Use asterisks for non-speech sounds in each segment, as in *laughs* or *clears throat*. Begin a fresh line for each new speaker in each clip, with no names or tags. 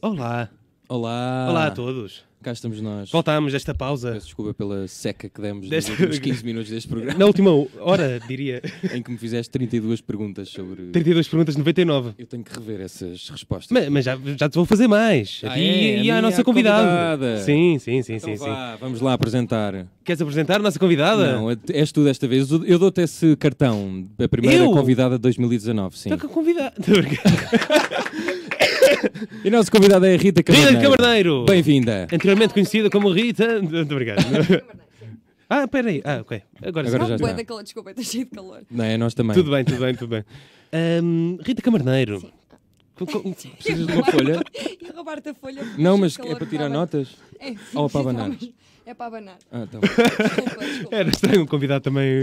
Olá.
Olá.
Olá a todos.
Cá estamos nós.
Voltámos desta pausa.
Peço desculpa pela seca que demos
Desta- *laughs*
nos últimos 15 minutos deste programa,
Na última hora,
*laughs*
diria.
em que me fizeste 32 perguntas sobre...
32 perguntas 99.
Eu tenho que rever essas respostas.
Mas, mas já, já te vou fazer mais. A
Ah,
ti
é? A
e à
minha
nossa convidada.
convidada.
Sim, sim, sim,
Então
sim, sim.
vá, vamos lá apresentar.
Queres apresentar a nossa convidada?
Não, é- és tu desta vez. Eu dou-te esse cartão, a primeira
Eu?
convidada de 2019, sim.
Então que convidada. Rita
E a nossa *laughs* convidada é a Rita Camarneiro.
de Camarneiro.
Bem-vinda.
Anteriormente conhecida como Rita. Muito obrigado.
*laughs*
ah, peraí. Ah, ok. Agora,
Agora
sim.
já
Não,
está.
bué da calor, desculpa, está cheio de calor.
Não, é nós também.
Tudo bem, tudo bem, tudo bem. Ahm, Rita Camarneiro.
Sim.
Co- co-
Precisas de uma
*laughs*
folha?
E roubar-te a folha. porque
Não,
cheio
mas
de
é
calor,
para tirar
tá bem.
notas?
É, sim, *laughs*
Ou para
sim, tá
abanar? É,
bem. É para abanar.
Ah, então.
Desculpa, desculpa.
Era estranho um convidado também.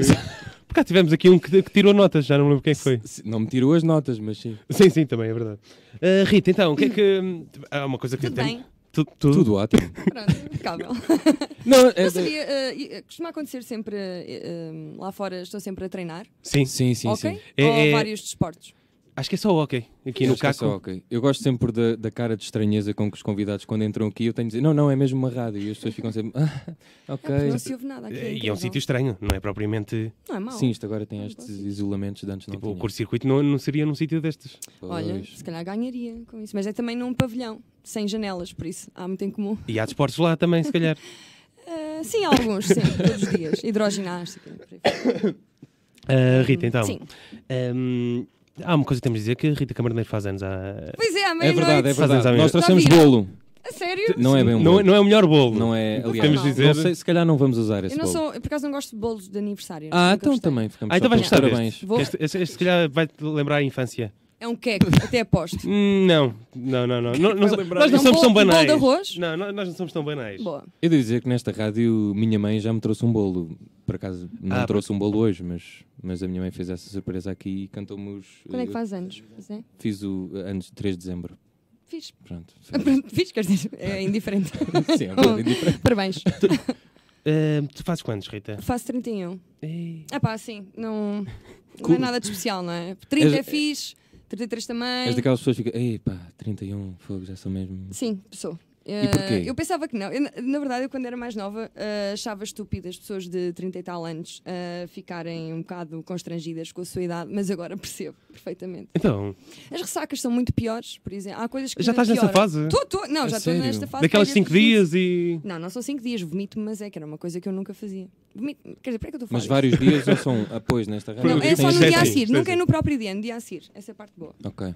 Por cá tivemos aqui um que, que tirou notas, já não me lembro quem foi.
Se- Não me tirou as notas, mas sim.
Sim, sim, também é verdade. Ah, Rita, então, o que é que. hum, Há uma coisa que
Tudo
eu
bem?
tenho. Tudo, tudo.
Tudo ótimo.
Pronto, calma.
Não, *laughs* é-
Não sabia, eh, e- eh, costuma acontecer sempre eh, eh, lá fora, estou sempre a treinar,
Sim.
Sim, sim,
ok?
sim.
É,
Ou
é-
vários desportos.
Acho que é só o ok. Aqui
Eu
no
acho que é
Caco.
só ok. Eu gosto sempre da, da cara de estranheza com que os convidados, quando entram aqui, eu tenho de dizer, não, não, é mesmo uma rádio. E as pessoas ficam sempre,
*laughs*
ah,
Ah, porque
ok.
não se ouve nada aqui.
E é um
incrível.
sítio estranho, não é propriamente.
Não é mau.
Sim, isto agora tem estes isolamentos de antes não
tipo, o
tinha.
curto-circuito não, não seria num sítio destes.
Pois.
Olha, se calhar ganharia com isso. Mas é também num pavilhão, sem janelas, por isso há muito em comum.
E há desportos lá também, se
*laughs*
calhar.
Eh, sim, alguns, sempre, todos os dias. Hidroginástica. por aí fora.
Ah, Rita, então.
Sim.
hum, há uma coisa que temos de dizer que a Rita Camarneiro faz anos há.
Pois é, à
É
meia-noite.
verdade, é
Fazemos à
verdade.
mesma.
Nós trouxemos
Já viram?
bolo.
A sério?
Não é bem um
não,
bolo.
é- não é o melhor bolo.
Não é, aliás,
Temos de
não
dizer-
sei, se calhar não vamos usar esse
Eu não
bolo.
sou, eu por acaso não gosto de bolos de aniversário.
Ah,
nunca
então
gostei.
também ficamos
Ah, então
só
vais
com
gostar deste.
parabéns.
Vou-
Este, este- este se calhar vai-te lembrar a infância.
É um queque, até aposto.
Hum, Não, não, não, não. Não- não-
lembrar
nós não
É
somos
um
tão
bolo- um bolo
banais.
de arroz?
Não, não- nós não somos tão banais.
Boa.
Eu devo dizer que nesta rádio minha mãe já me trouxe um bolo. Por acaso não
Ah,
trouxe um bolo hoje, mas, mas a minha mãe fez essa surpresa aqui e cantou-me os.
Quando é que
eh,
faz anos? Pois é.
Fiz o eh, antes de 3 de dezembro. *laughs*
Fiz.
Pronto. Fiz.
*laughs* Ah, pronto, Fiz, quer dizer,
*laughs*
é indiferente.
Sim, é um
Hum.
bocado indiferente.
Parabéns.
Ah, tu fazes quantos,
É.
Rita?
Faço 31.
Ei.
Ah pá, sim, não, não
Cool.
é nada de especial, não é? 30 é
És-
fixe, 33 também.
És daquelas pessoas que ficam, ei pá, 31, fogo, já são mesmo.
É. Sim, sou. Eh,
E porquê?
eu pensava que não. Eu, na- na verdade, eu quando era mais nova eh, achava estúpido as pessoas de 30 e tal anos eh, ficarem um bocado constrangidas com a sua idade, mas agora *laughs* percebo perfeitamente.
Então,
As ressacas são muito piores, por exemplo. Há coisas que.
já estás nessa fase?
Tô, tô, não,
A
já estou
sério?
nesta fase.
Daquelas
Olha,
5
vomito.
dias e.
Não, não são 5 dias, vomito, mas é que era uma coisa que eu nunca fazia. Vomito, quer dizer, para que eu estou a
Mas
falar?
vários
disto? *laughs*
dias ou são apoios nesta rádio?
Não, é
Sim,
só no
sim,
dia a
sim,
seguir,
sim,
nunca é
sim.
no próprio dia, no dia a seguir. Essa é a parte boa.
Ok.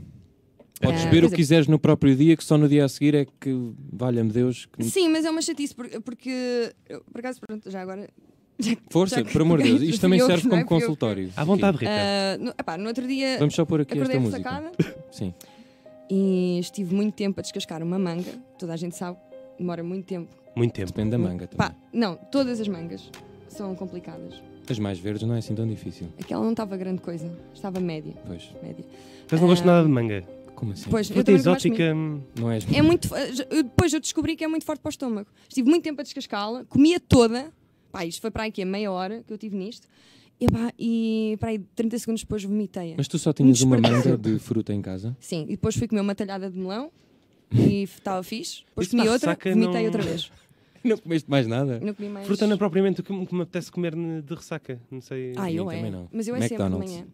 Podes
Ah,
beber o
pois
que
é.
quiseres no próprio dia, que só no dia a seguir é que, valha-me Deus, que
Sim, mas é uma chatice, porque, porque eu, por acaso, pronto, já agora
Força,
Já que-
por amor
*laughs*
de Deus. Isto também
Fui eu que
serve
não é?
como
Fui eu que-
consultório.
À vontade, Rita.
Ah, no, epá, no outro dia
Aqui. Vamos só pôr aqui
acordei
esta música.
ressacada
Sim.
e estive muito tempo a descascar uma manga. Toda a gente sabe, demora muito tempo.
Muito tempo.
Depende da manga também.
Pá, não, todas as mangas são complicadas.
As mais verdes não é assim tão difícil.
Aquela não estava grande coisa, estava média.
Pois.
média.
Mas não gosto
Ah.
nada de manga.
Como assim?
Pois, eu
Fruta
também não gosto muito.
exótica. hum,
Não és.
É muito. fo- já- eu- Depois eu descobri que é muito forte para o estômago. Estive muito tempo a descascá-la, comia toda. Pá, isto foi para aí que é meia hora que eu tive nisto. E, pá, e para aí 30 segundos depois vomitei.
Mas tu só tinhas
Muito
uma
desperdício.
manga de fruta em casa?
Sim, e depois fui comer uma talhada de melão e estava fixe. Depois
Isso
comi
na
outra,
ressaca
vomitei
não-
outra vez.
*laughs* Não comeste mais nada?
Não comi mais.
Fruta não é propriamente o que me que me apetece comer ne- de ressaca. Não sei.
Ah, eu
Sim,
é.
também não.
Mas eu é
McDonald's.
sempre de manhã.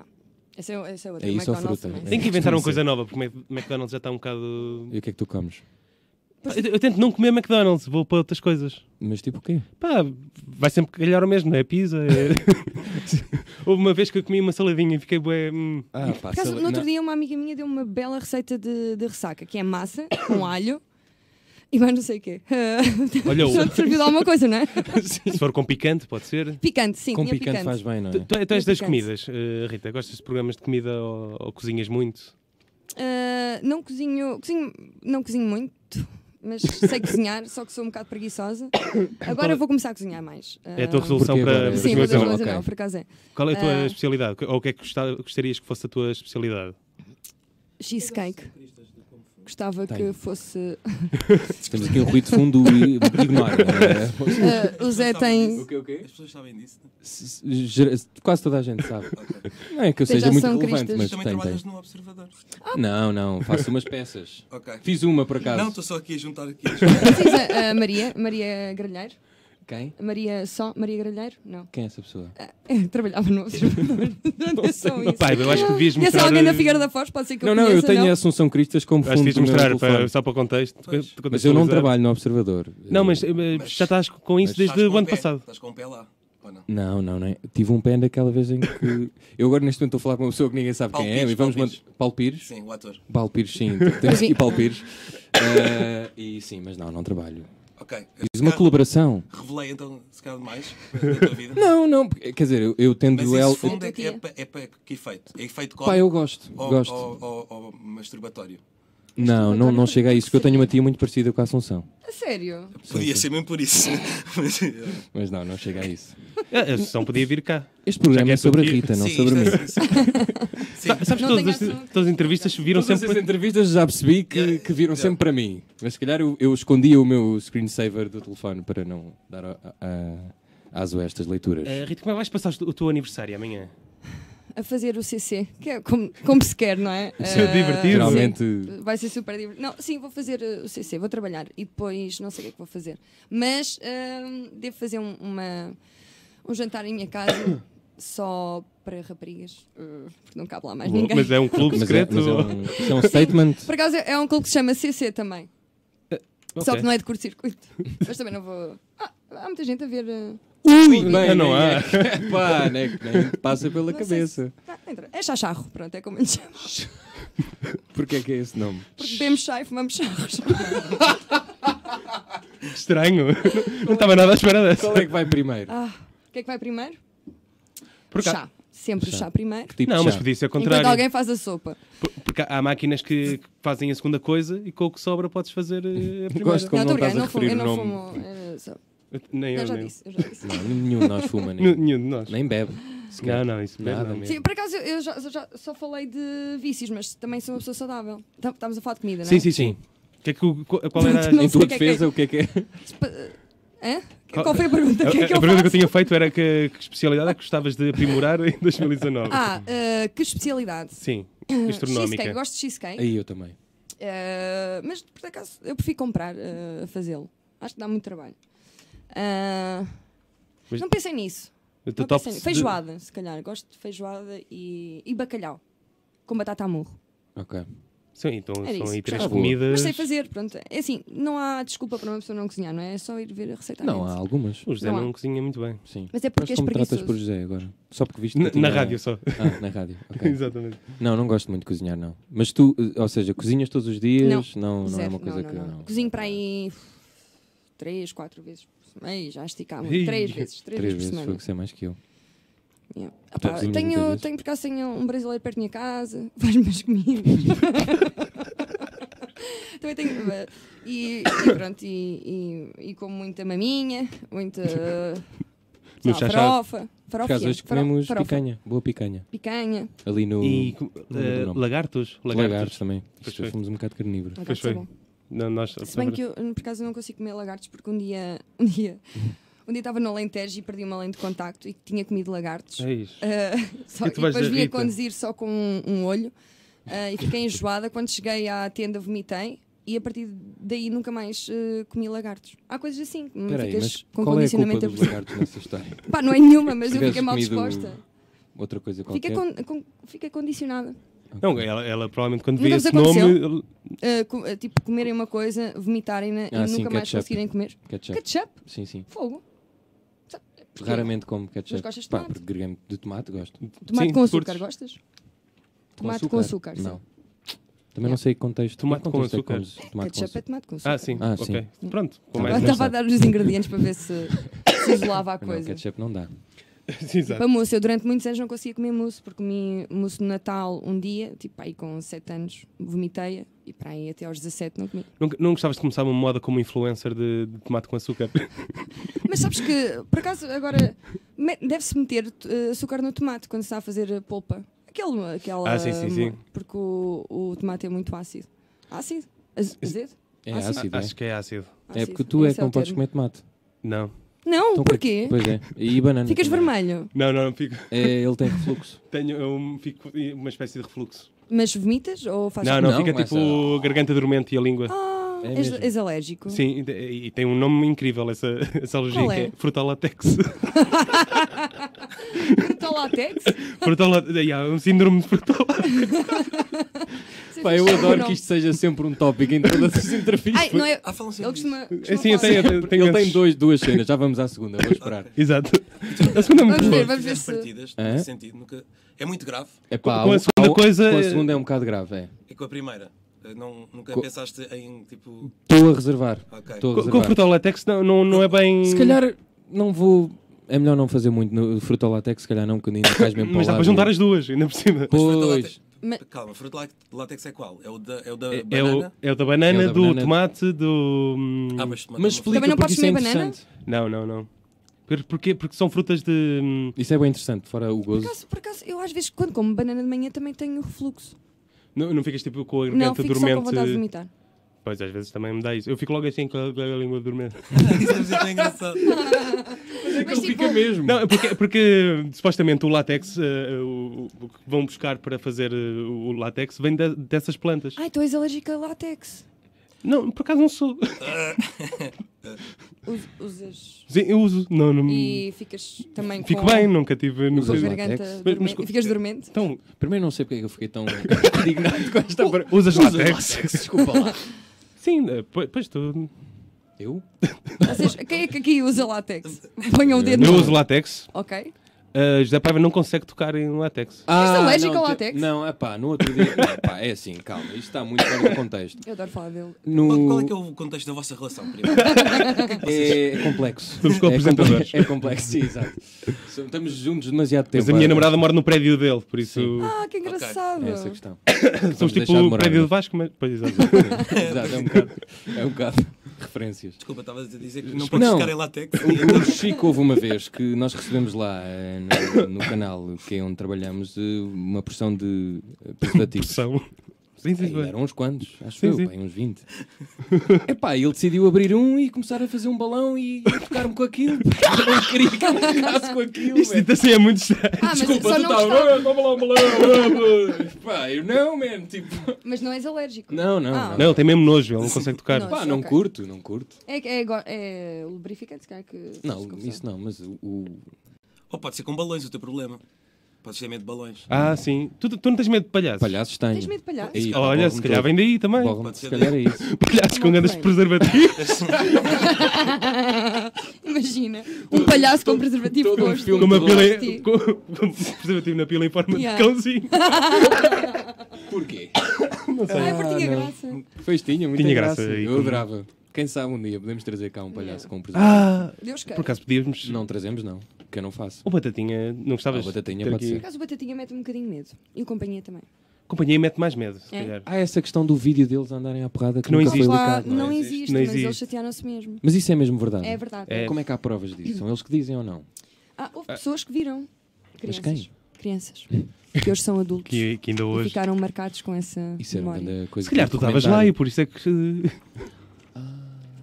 Yeah. Essa, é, essa é outra.
É isso ou
McDonald's
fruta?
também.
Tem
É.
que inventar uma
Sim, sim.
coisa nova, porque Mac- McDonald's já está um bocado.
E o que é que tu comes?
Eu, eu tento não comer McDonald's, vou para outras coisas.
Mas tipo o quê?
Pá, vai sempre calhar o mesmo, não é? Pizza.
*laughs*
é- Houve uma vez que eu comi uma saladinha e fiquei bué. hum,
Ah, pá,
Por acaso,
sala-
no outro
não-
dia, uma amiga minha deu uma bela receita de, de ressaca, que é massa com alho e mais não sei o quê. *laughs*
Olha, o-
Só te serviu de alguma coisa, não é?
se for com picante, pode
É.
ser.
Picante, sim,
Com
tinha
picante,
picante.
faz bem, não é?
Tu, tu- tu és das
Picante.
comidas, eh, Rita. Gostas de programas de comida ou, ou cozinhas muito?
Ah, não cozinho, cozinho, não cozinho muito, mas sei cozinhar, só que sou um bocado preguiçosa. Agora vou começar a cozinhar mais.
É a tua
Ah,
resolução
Porquê
para
agora?
Sim,
Mas
mas eu
2019?
vou
ok.
dizer não, por acaso é.
Qual é a tua
Ah.
especialidade? Ou o que é que gosta- gostarias que fosse a tua especialidade?
Cheesecake. gostava
Tem.
que fosse.
Temos aqui um ruído de fundo e ignora. não
Ah, o Zé tem.
é?
As pessoas sabem disso. né?
S- gera- Quase toda a gente sabe. Não é que eu
Vocês
seja
já
muito
são
relevante,
cristas.
mas
Também
tem,
trabalhas
tem.
no Observador.
Não, não, faço umas peças.
Ok.
Fiz uma por acaso.
Não, estou só aqui a juntar aqui.
*laughs*
Sim, Zé, a Maria, Maria Gralheiro.
Quem?
A Maria só? Maria Gralheiro? Não.
Quem é essa pessoa?
É, trabalhava
*laughs*
no observador. Não é só isso.
Pá, eu acho que devias
Conhece
mostrar...
alguém da
eh,
Figueira da Foz? Pode ser que
não,
eu
não,
conheça,
eu tenho
não?
a Assunção Cristas como
Acho que
fundo
devias
do meu
mostrar, para-
telefone.
só para o contexto.
Pois.
para
Mas eu não
contextualizar.
trabalho no Observador.
Não, mas eh, já estás com isso
Estás
desde
com
o ano
pé,
passado.
Estás com o pé lá. Ou não?
Não, não, não. é. Tive um pé naquela vez em que. Eu agora neste momento estou a falar com uma pessoa que ninguém sabe
Paulo
quem é.
Pires,
E vamos
Paulo
manter. Paulo Pires?
Sim, o ator.
Paulo Pires, sim. Temos aqui Paulo Pires. Eh, e sim, mas não, não trabalho.
Ok.
Fiz uma
Se calhar
colaboração.
Revelei então, se calhar, mais da tua vida.
*laughs* Não, não, porque- quer dizer, eu, eu tendo
Mas
el-
esse fundo é, é,
Tia.
pa- é para que efeito? É efeito
Pá,
cómico
eu gosto,
ou,
gosto.
ou- é ou- ou masturbatório?
Não, não, não chega a isso, porque eu tenho uma tia muito parecida com a Assunção.
A sério?
Podia ser mesmo por isso. *laughs* Mas, eh,
Mas não, não chega a isso.
É, A a sessão podia vir cá.
Este programa
que é
é sobre a
tua tia.
Rita, não
sim,
sobre mim.
isto é- sim,
*laughs*
sim.
Sa- Sabes,
Não
todas
tenho
as,
assunto.
todas as entrevistas viram
Todas as
sempre...
entrevistas já percebi que, que viram sempre para mim. Mas se calhar eu, eu escondia o meu screensaver do telefone para não dar a, a, às estas leituras.
Eh, Rita, como é que vais passar o teu aniversário amanhã?
A fazer o CC, que é como, como se quer, não é?
Isso é
Ah,
divertido.
Geralmente.
sim. Vai ser super divertido. Não, sim, vou fazer ah, o CC, vou trabalhar e depois não sei o que é que vou fazer. Mas ah, devo fazer um, uma- um jantar em
*coughs*
minha casa só para raparigas, ah, porque não cabe lá mais ninguém.
Mas é um clube
Mas, é,
secreto?
mas é um, isso é um statement.
Por acaso é um clube que se chama CC também. Só
Eh, Ok.
que não é de curto-circuito. *laughs* Mas também não vou. Ah, há muita gente a ver. uh,
Ui,
Ah, não há.
é que- *laughs* pá, nem, nem passa pela
não sei se-
cabeça.
Ah, entra. É chacharro, pronto, é como eles chamam.
Porquê é que é esse nome?
Porque bebemos chá e fumamos charros.
Estranho. Não estava nada à espera dessa.
Qual é que vai primeiro?
Ah, o que é que vai primeiro?
Por cá-
Chá. Sempre
Chá.
chá primeiro.
Tipo
Não,
de
mas
chá.
podia ser ao
Enquanto
contrário.
alguém faz a sopa.
Por- Porque há máquinas que que fazem a segunda coisa e com o que sobra podes fazer eh, a primeira.
Gosto como
não,
não
tô brincando,
estás a
não fumo,
referir
eu
o
não
nome.
fumo. eh, só-
Nem
Não,
eu,
já
nem eu.
disse, eu já disse.
Não, nenhum de nós fuma,
Nenhum-
nem,
Nenhum de nós.
nem bebe. sequer.
Não, não, isso mesmo.
Nada
não.
mesmo.
Sim, por acaso eu já, eu já só falei de vícios, mas também sou uma pessoa saudável. Tá- Estamos a falar de comida, não é?
Sim, sim, sim. Que é que o- qual- qual era a-
*laughs* Não
Em
sei
tua
o que é que é.
defesa, o que é que é?
eh, Hã? Qual foi
*laughs*
a pergunta? O que é que
a
eu
pergunta que eu
faço?
tinha feito era que, que especialidade é que gostavas de aprimorar
*laughs*
em 2019?
Ah, eh, que especialidade.
Sim,
Cheesecake,
astronómica.
gosto de cheesecake.
Aí eu também.
Eh, mas por acaso eu prefiro comprar eh, a fazê-lo. Acho que dá muito trabalho. Ah,
Mas-
Não pensei nisso.
Eu tô
Não
top
pensei nisso.
de-
Feijoada, se calhar. Gosto de feijoada e, e bacalhau. Com batata a murro.
Ok.
Sim, então
Era
são
isso,
aí três
gostava.
Mas
comidas.
sei fazer, pronto. É assim, não há desculpa para uma pessoa não cozinhar, não é? É só ir ver a receita. à
Não,
net.
há algumas.
O José
Não
não,
há.
cozinha muito bem.
Sim.
Mas é
Mas
porque és
como um tratas
preguiçoso.
por José agora? Só porque viste. que
Na,
eu
na
tinha-
rádio *laughs* só.
Ah, na rádio. ok.
Exatamente.
Não, não gosto muito de cozinhar, não. Mas tu, eh, ou seja, cozinhas todos os dias? Não, não, é
Zero.
uma coisa
não,
que.
não,
Não.
não. Cozinho para aí três, quatro vezes por semana. Ei, já esticámos.
Ei,
Três vezes. Três,
Três vezes
vezes por
foi
semana.
que sei mais que eu.
Yeah. Ah, pá,
cozinhas muitas
tenho,
vezes?
tenho por acaso tenho um brasileiro perto da minha casa, *laughs* faz-me umas comidas. *laughs* Também tenho. eh, E, e pronto, e, e, e como muita maminha, muita. sei lá,
chachado.
farofa.
Por
Farofa.
causa hoje
faro-
comemos
farofa.
picanha, boa picanha.
Picanha.
Ali no.
E com-
não lembro
eh,
o Um nome.
lagartos?
Lagartos também.
Pois
Isto,
foi.
Fomos um bocado carnívoros.
Lagartos
foi.
é bom.
Não, nós,
Se bem que eu, por acaso, não consigo comer lagartos porque um dia. *laughs* Um dia. Um dia estava no Alentejo e perdi uma lente de contacto e tinha comido lagartos.
É isso.
Uh, *laughs* só,
E
e
tu vais
depois
da
vim a
Rita.
conduzir só com um, um olho uh, e fiquei enjoada. Quando cheguei à tenda, vomitei e a partir daí nunca mais uh, comi lagartos. Há coisas assim, que
Peraí,
ficas
mas qual é
com
a culpa
condicionamento
dos
abusivo.
lagartos nessa história?
Pá, não é nenhuma, mas
Se
eu
tivesses
fiquei mal
comido
disposta.
Outra coisa qualquer.
Fiquei, con- con- fiquei condicionada.
Não, é. ela, ela provavelmente quando
Nunca
vê
vos
esse nome.
Uh, co- uh, tipo, comerem uma coisa, vomitarem-na
Ah,
e
sim,
nunca mais
ketchup.
conseguirem comer.
Ketchup.
Ketchup?
Sim, sim.
Fogo.
Raramente como ketchup.
Mas gostas de
Pá,
tomate?
porque greguei-me de tomate, gosto.
Tomate
Sim,
com açúcar,
curtes.
gostas? Tomate com açúcar, sim.
Não. Também não sei que contexto.
Tomate
que
com
contexto é que
açúcar.
comes tomate com
ketchup é
açúcar.
tomate com açúcar.
Ah, sim.
Ah,
ok. Pronto. Com mais
Tá bem.
Eu
Mas
nada.
estava a dar os ingredientes para ver se, se isolava a
*laughs* Não,
coisa.
ketchup não dá. *laughs*
Sim, exato.
Para Tipo, mousse, eu durante muitos anos não conseguia comer mousse, porque comi mousse no Natal um dia, tipo aí com 7 anos, vomitei e para aí até aos 17 não comi.
Não, não gostavas de começar uma moda como influencer de, de tomate com açúcar?
Mas sabes que, por acaso, agora me- deve-se meter eh, açúcar no tomate quando se está a fazer eh, polpa. Aquele, aquela,
Ah, sim, sim, sim.
Porque o, o tomate é muito ácido. Ácido? Az- Azedo?
É
Ah,
*laughs*
sim.
ácido. é.
Acho que é ácido.
É
Ácido.
porque tu é
Esse
que
o
não podes
termo.
comer tomate.
Não.
Não,
Então,
porquê?
Pois é. E banana.
Ficas
também.
vermelho,
Não, não, fico,
É, ele tem refluxo.
tenho eu fico com uma espécie de refluxo.
mas vomitas ou fazes.
não, não,
Não,
fica
mas,
tipo garganta dormente e a língua.
Ah,
É
és,
mesmo.
és alérgico. *laughs*
Sim, e te- e tem um nome incrível essa, *laughs* essa alergia
Qual
que
é?
é frutalatex. *laughs*
Então látex?
frutalatex, yeah, um síndrome de frutalatex.
Pá, eu adoro que isto seja sempre um tópico em todas as entrevistas.
*laughs* Ai, não é.
Ah, falam sempre
Ele costuma. costuma
Assim, eu
falar-
tenho, eu tenho
Ele tem
ganchos.
dois, duas cenas, já vamos à segunda, vou *laughs* esperar.
*laughs* Exato. A segunda é muito
Vamos
boa.
ver,
Vamos
ver se-
partidas,
Hã?
nesse sentido, nunca... É muito grave.
É pá,
Com a
há um-
segunda
há um-
coisa-
Com a segunda é um bocado grave, é.
E com a primeira? Eh, Não, nunca
Co-
pensaste em, tipo...
Estou a reservar.
Ok.
Estou
Com,
a
com o
reservar.
frutalatex não, não, não é bem...
Se calhar não vou. É melhor não fazer muito no frutolatex, se calhar não, porque ainda faz mesmo para
Mas
o
dá para
lado.
juntar as duas, ainda por cima.
Mas
Pois.
fruta
Mas-
látex- Calma, fruto lá- látex é qual? É o da, é o da
É, é o,
banana?
é o da banana,
É o da
do
banana.
tomate, do... hum,
Ah, mas tomate
Mas
é uma fruta.
explica
Também não
porque
podes
isso é
comer banana?
interessante.
Não, não, não. Por- Porquê? Porque são frutas de... hum,
Isso é bem interessante, fora o
Por
gozo.
acaso, por acaso, eu às vezes quando como banana de manhã também tenho refluxo.
Não, não ficas tipo com a
Não,
garganta
fico só com vontade de
dormente...
vomitar.
Pois, às vezes também me dá isso. Eu fico logo assim com a, com a língua dormente.
Isso deve ser tão engraçado.
Mas tipo,
mesmo.
Não, é porque, porque supostamente o látex, eh, o, o que vão buscar para fazer eh, o látex, vem de- dessas plantas.
ai, tu és alérgica a látex.
Não, por acaso não sou.
Us- Usas.
Sim, eu uso. Não, não-
E ficas também
Hum. Fico
com,
bem, nunca tive.
com
Nunca...
a
Usas
garganta
látex?
Mas-
dormente.
mas co-
E
*laughs*
ficas dormente.
Então,
Primeiro não sei porque é que eu fiquei tão
*laughs*
Oh, indignado com esta pergunta.
usas látex?
desculpa lá.
Sim, eh, po- pois tu.
Eu?
Vocês, quem é que aqui usa látex?
*laughs*
Ponham o dedo.
Eu
no-
uso látex.
Ok.
eh, José Paiva não consegue tocar em látex.
Ah,
alérgico
não,
ao
te-
látex?
Não, é pá, no outro dia. Não, pá, é assim, calma, isto está muito fora do contexto.
Eu adoro falar dele.
No...
Qual, qual é que é o contexto da vossa relação, primeiro?
É complexo.
Somos
é
co-apresentadores.
comple- É complexo, sim, exato. So- Estamos juntos demasiado tempo.
Mas a minha namorada mora no prédio dele, por isso *laughs*
Ah, que engraçado.
É essa a questão.
somos
Vamos
tipo
deixar de
o
morar,
prédio
não
de Vasco, mas. Pois,
*laughs*
exato.
é? *laughs* Exato,
*laughs*
é um bocado. É um bocado. Referências.
Desculpa, estavas a dizer que não podes
Não.
ficar em látex.
O Chico houve uma vez que nós recebemos lá eh, no, no canal, que é onde trabalhamos, eh, uma porção de eh, preservativos.
São. Sim, sim,
Ei,
sim.
eram uns quantos, acho
Sim,
eu,
sim.
bem, uns 20. Epá, ele decidiu abrir um e começar a fazer um balão e tocar-me com aquilo. Eu não queria que ele ficasse com aquilo.
Isto
man.
dito assim é muito
*laughs*
estranho.
Ah, mas
Desculpa,
só
tu
não
tá-
gostava.
Ah, toma lá um balão. Pá, eu não, man. Tipo...
Mas não és alérgico.
Não, não,
Ah.
não.
Não, ele tem mesmo nojo, ele não consegue tocar.
Nojo.
Pá, não
Ok.
curto, não curto.
É, é, go- é lubrificante, se calhar que.
Não,
desculpa.
isso não, mas o- o,
Ou pode ser com balões o teu problema. Podes ter medo de balões.
Ah, sim. Tu, tu não tens medo de palhaços?
Palhaços têm.
Tens medo de palhaços?
Aí, pá, um
Olha,
borram-me
se calhar
todo.
vem daí também.
Borram-me,
Pode
se
ser
calhar é isso.
Palhaços com
Não
grandes
tem.
preservativos.
Imagina, um palhaço com preservativo
todo um
posto.
filme
com uma
Todo
pila.
lado de ti.
em- Com, com um preservativo na pila em forma
Yeah.
de
*laughs*
cãozinho.
Porquê? é
Ai, porque tinha
ah, não.
graça.
Pois tinha, muita
Tinha graça
graça.
aí,
Eu
como-
adorava. Quem sabe um dia podemos trazer cá um palhaço com um presente.
Ah,
Deus queira.
por acaso podíamos.
Não trazemos, não. Que eu não faço.
O Batatinha, não gostavas?
Ah, o Batatinha
de ter
pode
aqui?
Por acaso o Batatinha mete um bocadinho medo. E o Companhia também.
Companhia mete mais medo, se
É.
calhar.
Há essa questão do vídeo deles andarem à porrada que,
Que não
nunca
existe.
foi
Lá,
ligado,
não,
não é?
existe,
Não
mas
existe.
eles chatearam-se mesmo.
Mas isso é mesmo verdade.
É verdade.
É.
Como é que há provas disso? São eles que dizem ou não?
Ah, houve pessoas que viram.
Mas
Crianças.
quem?
Crianças. Que hoje são adultos.
Que, que ainda
E
hoje.
ficaram marcados com essa
Isso era uma
memória.
grande coisa.
Se calhar
de
tu estavas lá
documentário.
e por isso é que.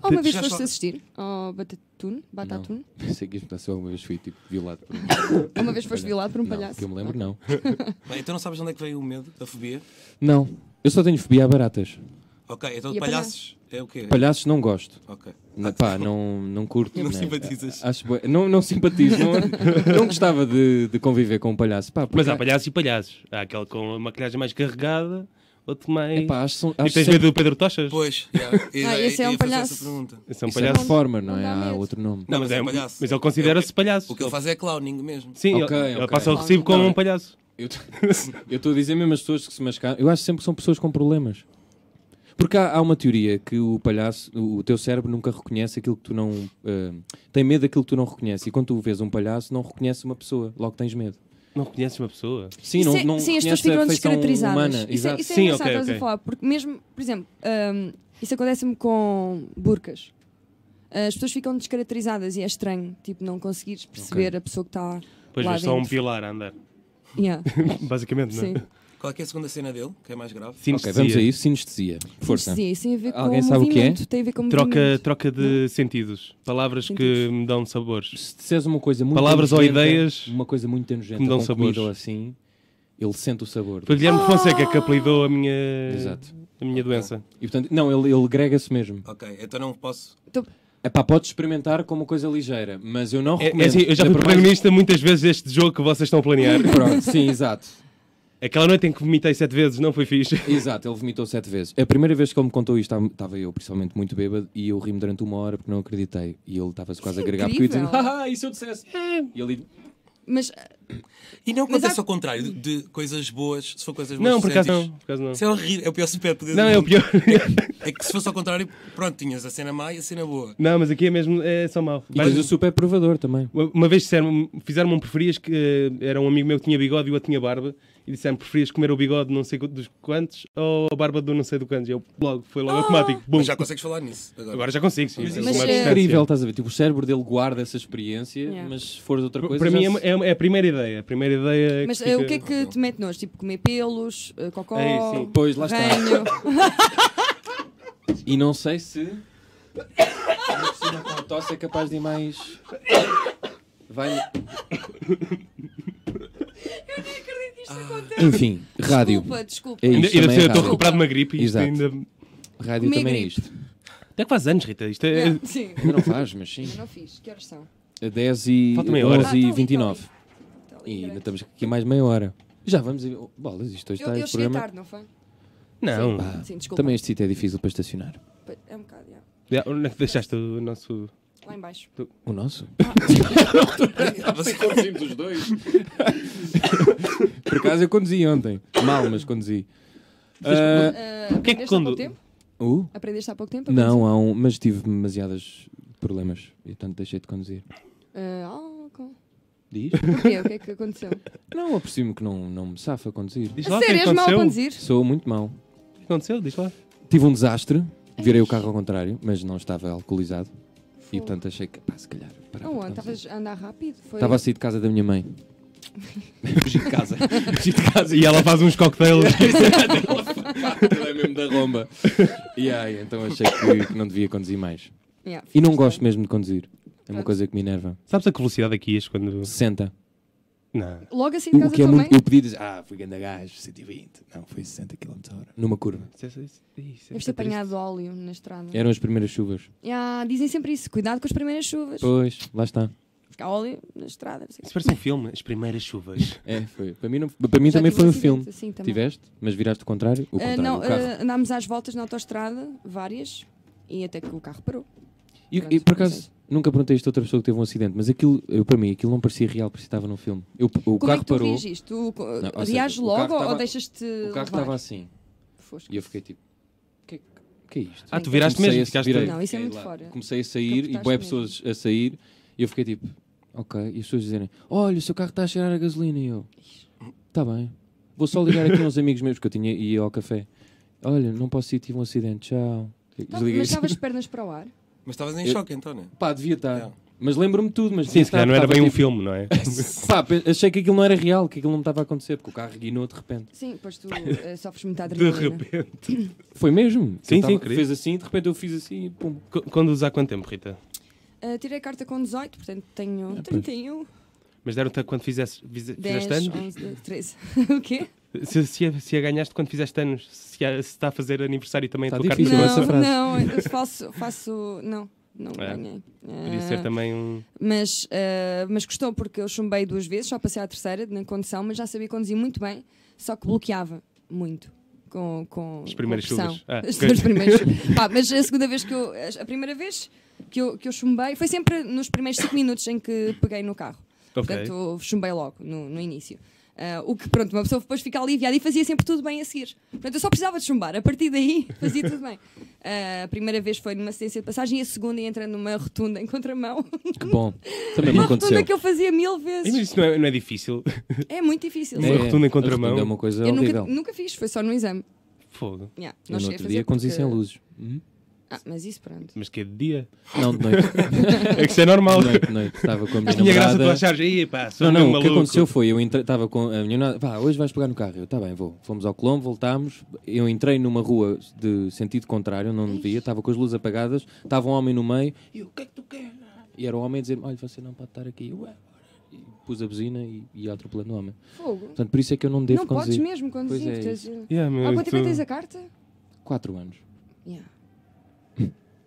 Oh, uma vez
Já
foste
só-
assistir ao Batatune? Batatune?
*laughs* Sei que isto alguma vez fui tipo, violado por um
Ou Uma vez foste violado por um
Não,
palhaço?
que eu me lembro, não.
Bem, então não sabes de onde é que veio o medo, a fobia?
Não. Eu só tenho fobia a baratas.
Ok, então
E a
palhaços é o quê?
Palhaços não gosto.
Ok.
Na- *laughs* pá, não, não curto.
Não
né?
simpatizas.
Acho bué- não, não simpatizo. *laughs* não, é? não gostava de, de conviver com um palhaço. Pá, porque
Mas há palhaços e palhaços. Há aquele com uma maquilhagem mais carregada, outro mais.
Epá, acho, são-
e
acho
tens
sempre-
medo do Pedro Tochas?
Pois, yeah. Eu-
Ah,
eu-
esse é
eu
um
ia fazer
palhaço.
essa pergunta.
São
Isso é
palhaços.
performer, não
Não
é?
dá
Há
medo.
outro nome.
Não, mas, é,
palhaço.
mas ele considera-se palhaço.
O que ele faz é clowning mesmo.
Sim,
Ok,
ele, ele
ok.
passa o recibo como um palhaço.
Eu t- *laughs* Eu estou a dizer mesmo as pessoas que se mascaram. Eu acho sempre que são pessoas com problemas. Porque há, há uma teoria que o palhaço, o, o teu cérebro nunca reconhece aquilo que tu não. eh, tem medo daquilo que tu não reconheces. E quando tu vês um palhaço, não reconhece uma pessoa. Logo tens medo.
Não reconheces uma pessoa.
Sim,
Isso
não,
é-
não
sim, as pessoas
reconhece a
ficam
feição
descaracterizadas.
humana.
isso, é,
Exato.
isso é
Sim,
engraçado,
ok,
estás a
ok.
falar. Porque mesmo, por exemplo, hum, isso acontece-me com burcas. As pessoas ficam descaracterizadas e é estranho, tipo, não conseguires perceber a pessoa que está
Pois
lá
é só um
*coughs*
dentro.
pilar a andar.
*laughs*
Yeah,
Basicamente, não é?
sim.
Qual é que é a segunda cena dele, que é mais grave?
Ok, vamos a isso. Sinestesia. Força.
Sim, isso tem a ver com
Alguém
o
sabe o que é?
movimento. Tem a ver com o
Troca,
movimento.
troca de sentidos. Palavras que me dão sabores.
Se disseres uma coisa muito
Palavras ou
nojenta,
ideias
uma coisa muito nojenta
que me dão
com comida
sabores.
ou assim, ele sente o sabor.
Foi
Oh!
Guilherme Fonseca que apelidou a minha,
Exato.
a minha doença.
E portanto, não, ele, ele grega-se mesmo.
Ok, então não posso.
Epá, podes experimentar com uma coisa ligeira, mas eu não
É,
recomendo.
é assim, eu já
Oh, Ainda
fui
por mais-
protagonista muitas vezes deste jogo que vocês estão a
*laughs*
planear.
Pronto, sim, exato.
Aquela noite em que vomitei sete vezes não foi fixe.
Exato, ele vomitou sete vezes. A primeira vez que ele me contou isto, estava- estava eu principalmente muito bêbado e eu ri-me durante uma hora porque não acreditei. E ele estava-se quase a agregar porque eu ia dizendo,
é incrível.
haha, isso eu dissesse.
É.
E ele,
Mas ah,
E não
Mas
acontece
há-
ao contrário, de, de coisas boas, se for coisas boas.
Não, por acaso
sentes-
não. Por acaso não.
Isso é horrível, é o pior superpoder.
Não,
do
é o
mundo.
pior. *laughs*
É que se fosse ao contrário, pronto, tinhas a cena má e a cena boa.
Não, mas aqui é mesmo, é só mau.
e depois o super provador também.
Uma- Uma vez disseram-me- fizeram-me um preferias que eh, era um amigo meu que tinha bigode e o outro tinha barba e disseram preferias comer o bigode de não sei dos quantos ou a barba do não sei do quantos. E Eu logo, foi logo automático. Bum.
Mas já consegues falar nisso. Agora,
Agora já consigo, sim.
Mas
com
isso
uma
é
distância.
Incrível, estás a ver? Tipo, o cérebro dele guarda essa experiência,
Yeah.
mas se for de outra coisa.
Para
já
mim é,
se-
uma- é uma- é a primeira ideia. A primeira ideia
Mas
que
eh,
fica...
o que é que te mete nojo? Tipo, comer pelos, eh, cocó,
É isso, sim.
Pois, lá está.
ranho.
E não sei se. Ainda por cima, com a tosse é capaz de ir mais. Vai.
Acredito que isto
Ah.
acontece.
Enfim, rádio.
Desculpa, desculpa.
É
Ainda,
Isto
ainda
também
sei, eu
é
estou
raro.
recuperado de uma gripe e isto
Exato.
ainda...
Rádio
Comi
também é
gripe.
isto.
Até quase anos, Rita. Isto é...
Não, sim,
Ainda não faz, mas
*laughs*
sim.
eu não fiz. Que horas são?
A 10 e,
Falta meia
12
hora.
e
Ah, tá ali,
29.
Está ali,
E ainda
grande.
estamos aqui mais meia hora. Já vamos. ir- oh, Bolas, isto hoje
Eu,
está
eu
este
cheguei
programa.
tarde, não foi?
Não.
Pá,
Sim, desculpa.
também este sítio é difícil para estacionar.
É um bocado, já.
Já, onde é que Deixaste o nosso...
Lá em baixo.
O nosso?
Ah, Você-
conduzimos os dois. Por acaso eu conduzi ontem. Mal, mas conduzi. Ah,
Uh,
que é que quando-
Tempo?
uh,
Aprendeste há pouco tempo?
não, há um, mas tive demasiados problemas e portanto deixei de conduzir.
Uh, álcool.
Diz?
Porquê? O que é
*laughs*
que aconteceu?
*laughs* Não, aprecio-me que não, não me safa conduzir.
Diz lá
A
o que é
sério,
que
és mal a
aconteceu. O
conduzir?
Sou muito mau.
que aconteceu? Diz *laughs* lá.
Tive um desastre, virei o carro ao contrário, mas não estava alcoolizado e
É Fogo.
portanto achei que, pá, se calhar. parava de
Não,
conduzir.
estavas a andar rápido? Foi...
Estava a sair de casa da minha
*laughs*
mãe. Fugi de casa. Fugi de casa
Tipo, E ela faz uns *laughs* cocktails.
Ele é mesmo da romba. E aí, então achei que, que não devia conduzir mais.
Yeah,
E não
fizeste
gosto
bem.
mesmo de conduzir. É uma
Pronto.
coisa que me enerva.
Sabes a que velocidade aqui és quando...
60.
Não.
Logo assim de
O
casa
que é
também?
muito. Eu podia dizer, ah, fui ganda gajo, 120. Não, foi 60 km h Numa curva.
Isso é- isso é- isso é
Deves ter
triste.
apanhado óleo na estrada.
Eram as primeiras chuvas.
Ah, dizem sempre isso. Cuidado com as primeiras chuvas.
Pois, lá está.
Ficar óleo na estrada. Não sei. o quê.
Isso parece um filme, As Primeiras Chuvas.
É, foi. Para mim, não- para mim
Já
também
tive
foi um
acidentes
filme.
assim também.
Tiveste, mas viraste o contrário? O
Ah,
contrário,
não,
o carro.
ah, andámos às voltas na autoestrada, várias, e até que o carro parou.
E,
Pronto,
e, por
não
acaso,
sei.
nunca perguntei isto a outra pessoa que teve um acidente, mas aquilo, eu, para mim, aquilo não parecia real, parecia que estava num filme. Eu- o
Como é
carro
que tu
parou,
reagiste? Tu co-
ou
reages
seja, o
logo
carro
ou
tava-
deixas-te
o carro
levar?
estava assim.
Fosco.
E eu fiquei tipo, o que, que é isto?
*laughs* Ah, tu viraste
Comecei
mesmo,
a-
ficaste...
virei-
Não, isso é
fiquei
muito fora.
Comecei a sair e
Captaste
boé
mesmo.
pessoas a sair e eu fiquei tipo, ok. E as pessoas dizerem, olha, o seu carro está a cheirar a gasolina. E eu, está bem. Vou só ligar aqui uns amigos meus que eu tinha e ia ao café. Olha, não posso ir, tive um acidente, tchau.
Tá,
Desliguei.
mas estavas de pernas para o ar.
Mas estavas em
Eu-
choque, então, né?
Pá, devia estar.
Não.
Mas lembro-me tudo, mas
Sim, se calhar não era bem um
filme
filme, não é?
tipo, *laughs* Pá, pe- achei que aquilo não era real, que aquilo não me estava a acontecer, porque o carro guinou de repente.
Sim, pois
*laughs*
tu eh, sofres muita
De
adrenalina.
repente.
Foi mesmo?
Sim,
Eu
sim,
tava-
querido.
Fez assim, de repente eu fiz assim e pum.
Qu- Conduz há quanto tempo, Rita?
Ah, tirei a carta com 18, portanto tenho 31,
Mas deram-te a quando fizesse, fize-
10,
Ah, fizeste anos?
11, 12, 13. *laughs* o quê?
Se, se, a, se a ganhaste quando fizeste anos, se, a- se está a fazer aniversário também
Está
a tua carta
difícil
de
essa
Não,
doença,
frase.
não, eu faço, faço. Não, não
É.
ganhei.
podia
Ah,
ser também um.
mas, ah, mas gostou porque eu chumbei duas vezes, só passei à terceira na condução, mas já sabia conduzir muito bem, só que bloqueava muito. Com, com,
As primeiras
com a pressão.
chuvas. Ah,
*laughs* As
ok.
duas
*laughs*
primeiras chuvas. Pá, mas a segunda vez que eu. A primeira vez que eu, que eu chumbei foi sempre nos primeiros 5 minutos em que peguei no carro.
Ok.
Portanto, chumbei logo no, no início. Ah, o que, pronto, uma pessoa depois fica aliviada e fazia sempre tudo bem a seguir. Portanto, eu só precisava de chumbar. A partir daí, *laughs* fazia tudo bem. Ah, a primeira vez foi numa assistência de passagem e a segunda entrando numa rotunda em contramão.
Que bom. Também me
Uma rotunda
aconteceu.
que eu fazia mil
Ei, Mas
vezes.
isso não é, não é difícil. *laughs*
É muito difícil.
Uma rotunda em contramão.
a rotunda É uma coisa
Eu nunca,
horrível.
nunca fiz, foi só no exame.
Fogo.
Yeah,
Eu no
não cheguei a
outro
fazer
dia conduzi
porque-
sem luzes. Hum?
Ah, mas isso pronto.
Mas que é de
*laughs*
dia.
Não, de noite.
É que isso é normal.
De noite, de noite. Estava com a minha
Tinha graça tu
namorada.
achares, aí pá, sou
Não,
um
não, o que
maluco.
aconteceu foi, eu entrei- estava com a minha namorada, vá, hoje vais pegar no carro, eu, tá bem, vou. Fomos ao Colombo, voltámos, eu entrei numa rua de sentido contrário, não devia, estava com as luzes apagadas, estava um homem no meio, e eu, o que é que tu queres? E era o homem a dizer, olha, você não pode estar aqui. Eu, "Ué, bora." E pus a buzina e e ia atropelando o homem.
Fogo.
Portanto, por isso é que eu não devo
não
conduzir.
podes mesmo conduzir.
Pois é
tens-
Yeah, meu,
Há quanto tempo é
tu-
que tens a carta?
Quatro anos.
Yeah.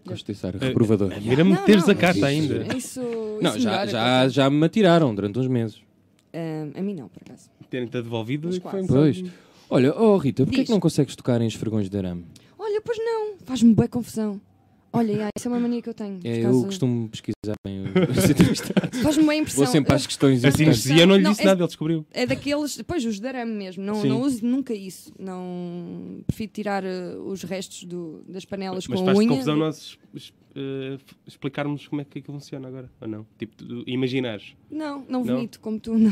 Gosto de estar reprovador.
Mira-me
Não,
teres
não,
a carta
mas
ainda.
É Isso,
Não,
isso
já,
melhora,
já,
porque-
já me atiraram durante uns meses.
Ah, a mim não, por acaso.
Terem-te devolvido
Mas
e foi um
quase.
bocado-
Pois. Olha, oh Rita, porquê é
Diz.
que não consegues tocar em esfregões de arame?
Olha, pois não. Faz-me bem confusão. Olha, yeah, isso é uma mania que eu tenho. por
É, eu
causa-
costumo pesquisar bem
*laughs*
os entrevistados.
Fazes-me bem
Vou
impressão.
sempre às questões
A sinestesia não lhe
Não,
disse
é-
nada, ele descobriu.
É daqueles. Pois, os de arame mesmo. Não,
Sim.
não uso nunca isso. Não. Prefiro tirar eh, os restos do- das panelas
Mas
com a
faz-te
unha.
confusão nós es- eh, f- explicarmos como é que aquilo funciona agora, ou não? Tipo, tu imaginares.
Não, não
Não?
vomito como tu,
*laughs*
não.